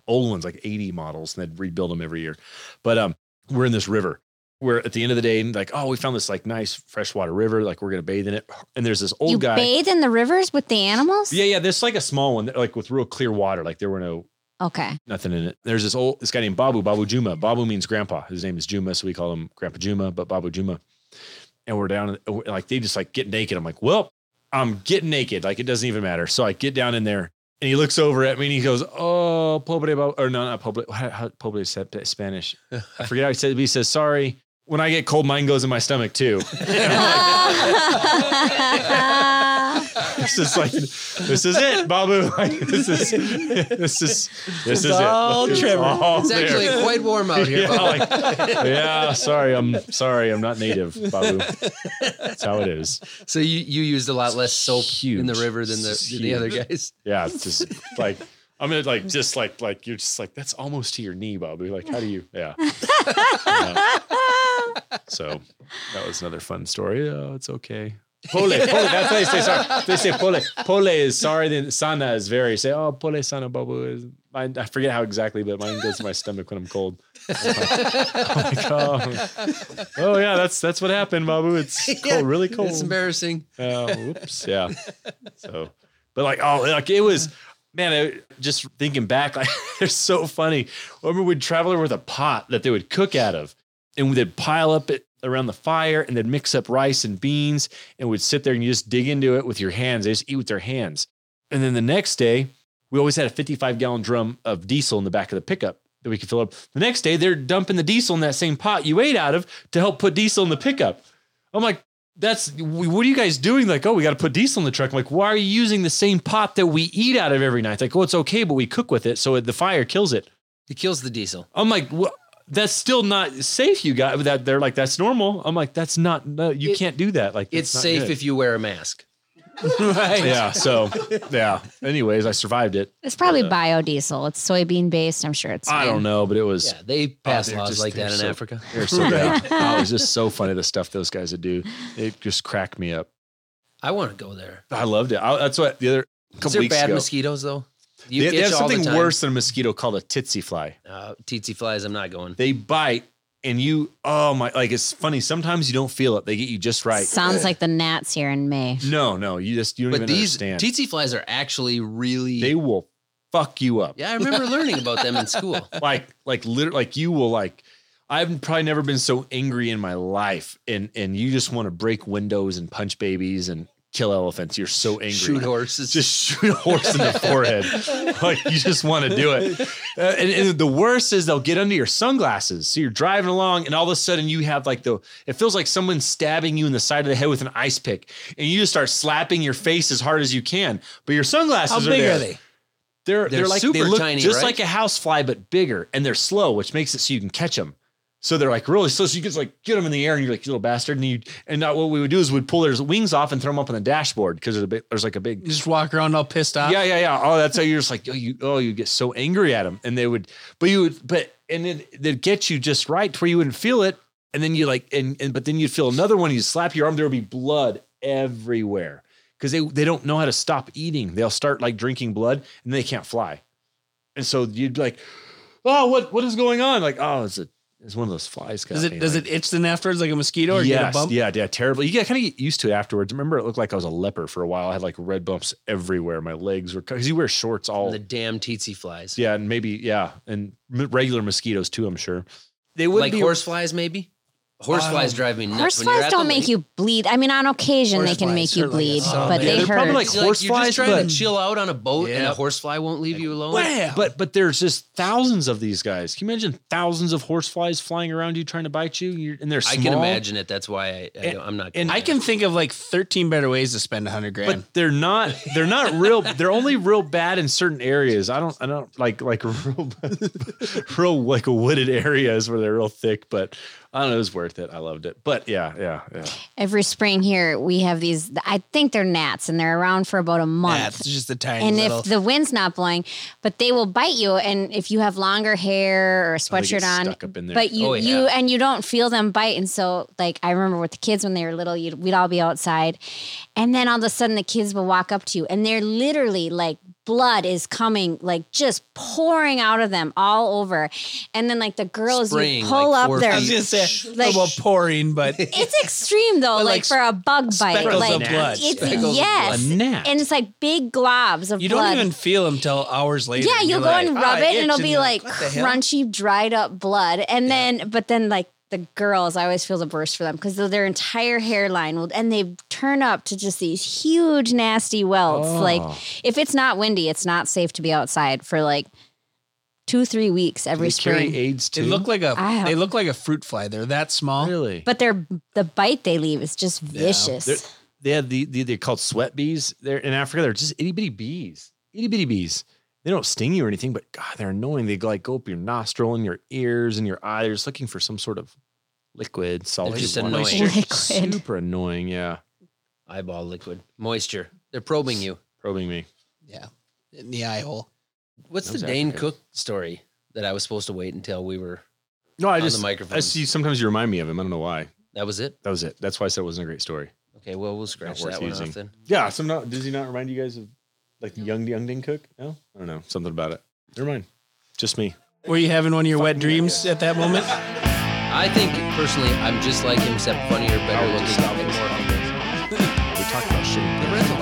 B: Old ones, like 80 models, and they'd rebuild them every year. But um, we're in this river. We're at the end of the day, and like, oh, we found this like nice freshwater river. Like, we're gonna bathe in it. And there's this old
E: you
B: guy.
E: bathe in the rivers with the animals?
B: Yeah, yeah. There's like a small one, like with real clear water. Like there were no
E: Okay.
B: nothing in it. There's this old this guy named Babu Babu Juma. Babu means grandpa. His name is Juma, so we call him Grandpa Juma, but Babu Juma. And we're down and we're- like they just like get naked. I'm like, well, I'm getting naked. Like it doesn't even matter. So I get down in there, and he looks over at me and he goes, "Oh, pobre Babu," or no, not pobre. How, how pobre is that- that Spanish? I forget how he said. it, But he says, "Sorry." When I get cold, mine goes in my stomach too. this is like, this is it, Babu. Like, this is, this is, this is it.
C: all
B: It's
C: Trevor.
B: all
C: It's
B: there.
C: actually quite warm out here.
B: yeah,
C: but
B: like, yeah, sorry, I'm sorry, I'm not native, Babu. That's how it is.
C: So you, you used a lot less soap in the
B: Huge.
C: river than the, than the
B: Huge.
C: other guys.
B: Yeah, it's just like I'm gonna like just like like you're just like that's almost to your knee, Babu. Like, how do you? Yeah. Yeah. So that was another fun story. Oh, it's okay. Pole, pole. That's how they say sorry. They say pole. Pole is sorry. Then sana is very. Say oh, pole sana babu is. Mine, I forget how exactly, but mine goes to my stomach when I'm cold. I'm like, oh. oh yeah, that's that's what happened, Babu. It's cold, really cold.
C: It's embarrassing.
B: Oh, whoops. Yeah. So, but like, oh, like it was, man, I, just thinking back, like, they're so funny. I remember we'd travel there with a pot that they would cook out of, and they'd pile up it around the fire and they'd mix up rice and beans and would sit there and you just dig into it with your hands. They just eat with their hands. And then the next day, we always had a 55 gallon drum of diesel in the back of the pickup that we could fill up. The next day, they're dumping the diesel in that same pot you ate out of to help put diesel in the pickup. I'm like, that's what are you guys doing? Like, oh, we got to put diesel in the truck. I'm like, why are you using the same pot that we eat out of every night? It's like, oh, it's okay, but we cook with it, so the fire kills it.
C: It kills the diesel.
B: I'm like, what? That's still not safe, you guys. That they're like, that's normal. I'm like, that's not. No, you
C: It-
B: can't do that. Like,
C: It's safe if you wear a mask.
B: you. Yeah. So, yeah. Anyways, I survived it.
E: It's probably biodiesel. It's soybean based. I'm sure it's.
B: I
E: fine.
B: don't know, but it was.
C: Yeah, they pass
B: they're
C: laws
B: just-
C: like that
B: they're
C: in
B: so-
C: Africa.
B: They're so bad. oh, it was just so funny the stuff those guys would do. It just cracked me up.
C: I want to go there.
B: I loved it. I, that's what the other couple
C: Is there
B: weeks
C: bad
B: ago.
C: mosquitoes though? You
B: They,
C: itch
B: they have
C: all the
B: something
C: time.
B: worse than a mosquito called a tsetse fly.
C: Uh, tsetse flies. I'm not going.
B: They bite and you, oh my, like it's funny. Sometimes you don't feel it. They get you just right.
E: Sounds like the gnats here in May.
B: No, no, you just, you don't
C: But
B: even
C: these
B: understand.
C: tsetse flies are actually really.
B: they will fuck you up.
C: yeah, I remember learning about them in school.
B: Like, like literally, like you will like, I've probably never been so angry in my life. And, and you just want to break windows and punch babies and kill elephants. You're so angry.
C: Shoot horses.
B: just shoot a horse in the forehead. Like you just want to do it. Uh, and, and the worst is they'll get under your sunglasses. So you're driving along, and all of a sudden you have like the it feels like someone's stabbing you in the side of the head with an ice pick, and you just start slapping your face as hard as you can. But your sunglasses
C: How
B: are
C: big
B: there.
C: are they?
B: They're
C: They're
B: they're, like they
C: super
B: look
C: tiny,
B: just
C: right?
B: like a housefly but bigger, and they're slow, which makes it so you can catch them. So they're like really slow. So you can just like get them in the air, and you're like you little bastard. And you and uh, what we would do is we'd pull their wings off and throw them up on the dashboard because there's a big there's like a big
A: You just walk around all pissed off.
B: yeah, yeah, yeah. Oh, that's how you're just like, oh, you, oh, you get so angry at them, and they would, but you would, but and then they'd get you just right to where you wouldn't feel it, and then you like, and and but then you'd feel another one. You slap your arm, there would be blood everywhere because they they don't know how to stop eating. They'll start like drinking blood, and they can't fly, and so you'd be like, oh, what what is going on? Like, oh, it's a it's one of those flies. got
A: Does
B: me."
A: it does
B: Like,
A: it itch then afterwards like a mosquito or get a
B: Yes,
A: bump?
B: yeah, yeah, terrible. You got kind of get used to it afterwards. Remember, it looked like I was a leper for a while. I had like red bumps everywhere. My legs were because you wear shorts all
C: The damn tsetse flies.
B: yeah, and maybe yeah, and m- regular mosquitoes too. I'm sure they would
C: like
B: be
C: horse flies, maybe. Horseflies drive me nuts. when you're
E: Horseflies
C: at
E: don't
C: the
E: make
C: lake.
E: you bleed. I mean, on occasion they can
A: Horseflies
E: make you
A: hurt like a
E: bleed,
A: son.
E: but
A: Yeah,
E: they
A: they're
E: hurt.
A: probably like
C: It's like you're just
B: horseflies,
C: trying
B: but-
C: to chill out on a boat and
A: Yeah.
C: a horsefly won't leave you alone.
A: Wham!
B: But but there's just thousands of these guys. Can you imagine thousands of horseflies flying around you trying to bite you? You're, and they're
C: I
B: small.
C: can imagine it. That's why I, I
B: And-
C: don't, I'm not.
B: and
C: going
A: I can think of like 13 better ways to spend 100 grand.
B: But they're not. They're not real. They're only real bad in certain areas. I don't. I don't like like real, real like wooded areas where they're real thick. But I don't know. It was worth it. I loved it. But yeah, yeah, yeah.
E: Every spring here, we have these. I think they're gnats, and they're around for about a month.
A: That's just a tiny
E: and
A: little.
E: if the wind's not blowing, but they will bite you. And if you have longer hair or
B: They
E: a
B: get
E: sweatshirt on,
B: stuck up in there.
E: but you
C: Oh,
E: you
C: yeah.
E: and you don't feel them bite. And so, like I remember with the kids when they were little, you'd, we'd all be outside, and then all of a sudden the kids will walk up to you, and they're literally like blood is coming, like just pouring out of them all over. And then like the girls,
C: Spraying,
E: you pull
C: like,
E: up
C: four
E: their.
A: I was gonna say
E: Like-
A: about pouring, but
E: It's extreme though,
A: But,
E: like,
A: like,
E: for a bug bite,
A: speckles
E: like
A: of blood.
E: it's
C: Speckles of
E: yes,
B: blood. A gnat.
E: and it's like big globs of
A: you
E: blood.
A: don't even feel them till hours later.
E: Yeah,
A: You're
E: you'll go
A: like,
E: and
A: "Ah,
E: rub it, and it'll
A: itch,"
E: be
A: you're
E: like
A: "What the hell?"
E: crunchy, dried up blood. And then, but then, like the girls, I always feel the worst for them because their entire hairline will, and they turn up to just these huge, nasty welts. Oh,
A: Oh.
E: Like,
B: Oh.
E: if it's not windy, it's not safe to be outside for like two, three weeks every
B: They carry
E: spring.
B: AIDS too.
A: They look like a
E: I-
A: they look like a fruit fly. They're that small.
B: really.
E: but their the bite they leave is just vicious.
B: They're- they had the, the they're called sweat bees. They're in Africa. They're just itty bitty bees, itty bitty bees. They don't sting you or anything, but God, they're annoying. They like go up your nostril and your ears and your eye. They're just looking for some sort of liquid, solid.
C: just
B: water.
C: annoying.
E: Liquid.
B: Super annoying. Yeah,
C: eyeball liquid moisture. They're probing you.
B: probing me.
A: Yeah, in the eye hole.
C: What's
B: Those
C: the Dane
B: Africans.
C: Cook story that I was supposed to wait until we were
B: No, I
C: on
B: just
C: the microphone?
B: I see. Sometimes you remind me of him. I don't know why.
C: That was it.
B: That was it. That's why I said it wasn't a great story.
C: Okay, well we'll scratch
B: worth
C: that one
B: using.
C: off then.
B: Yeah. Some not. Does he not remind you guys of like the young young Ding Cook? No, I don't know. Something about it. Never mind. Just me.
A: Were you having one of your wet dreams at that moment?
C: I think personally, I'm just like him, except funnier, better looking, and more humble.
B: We talked about shitty. things.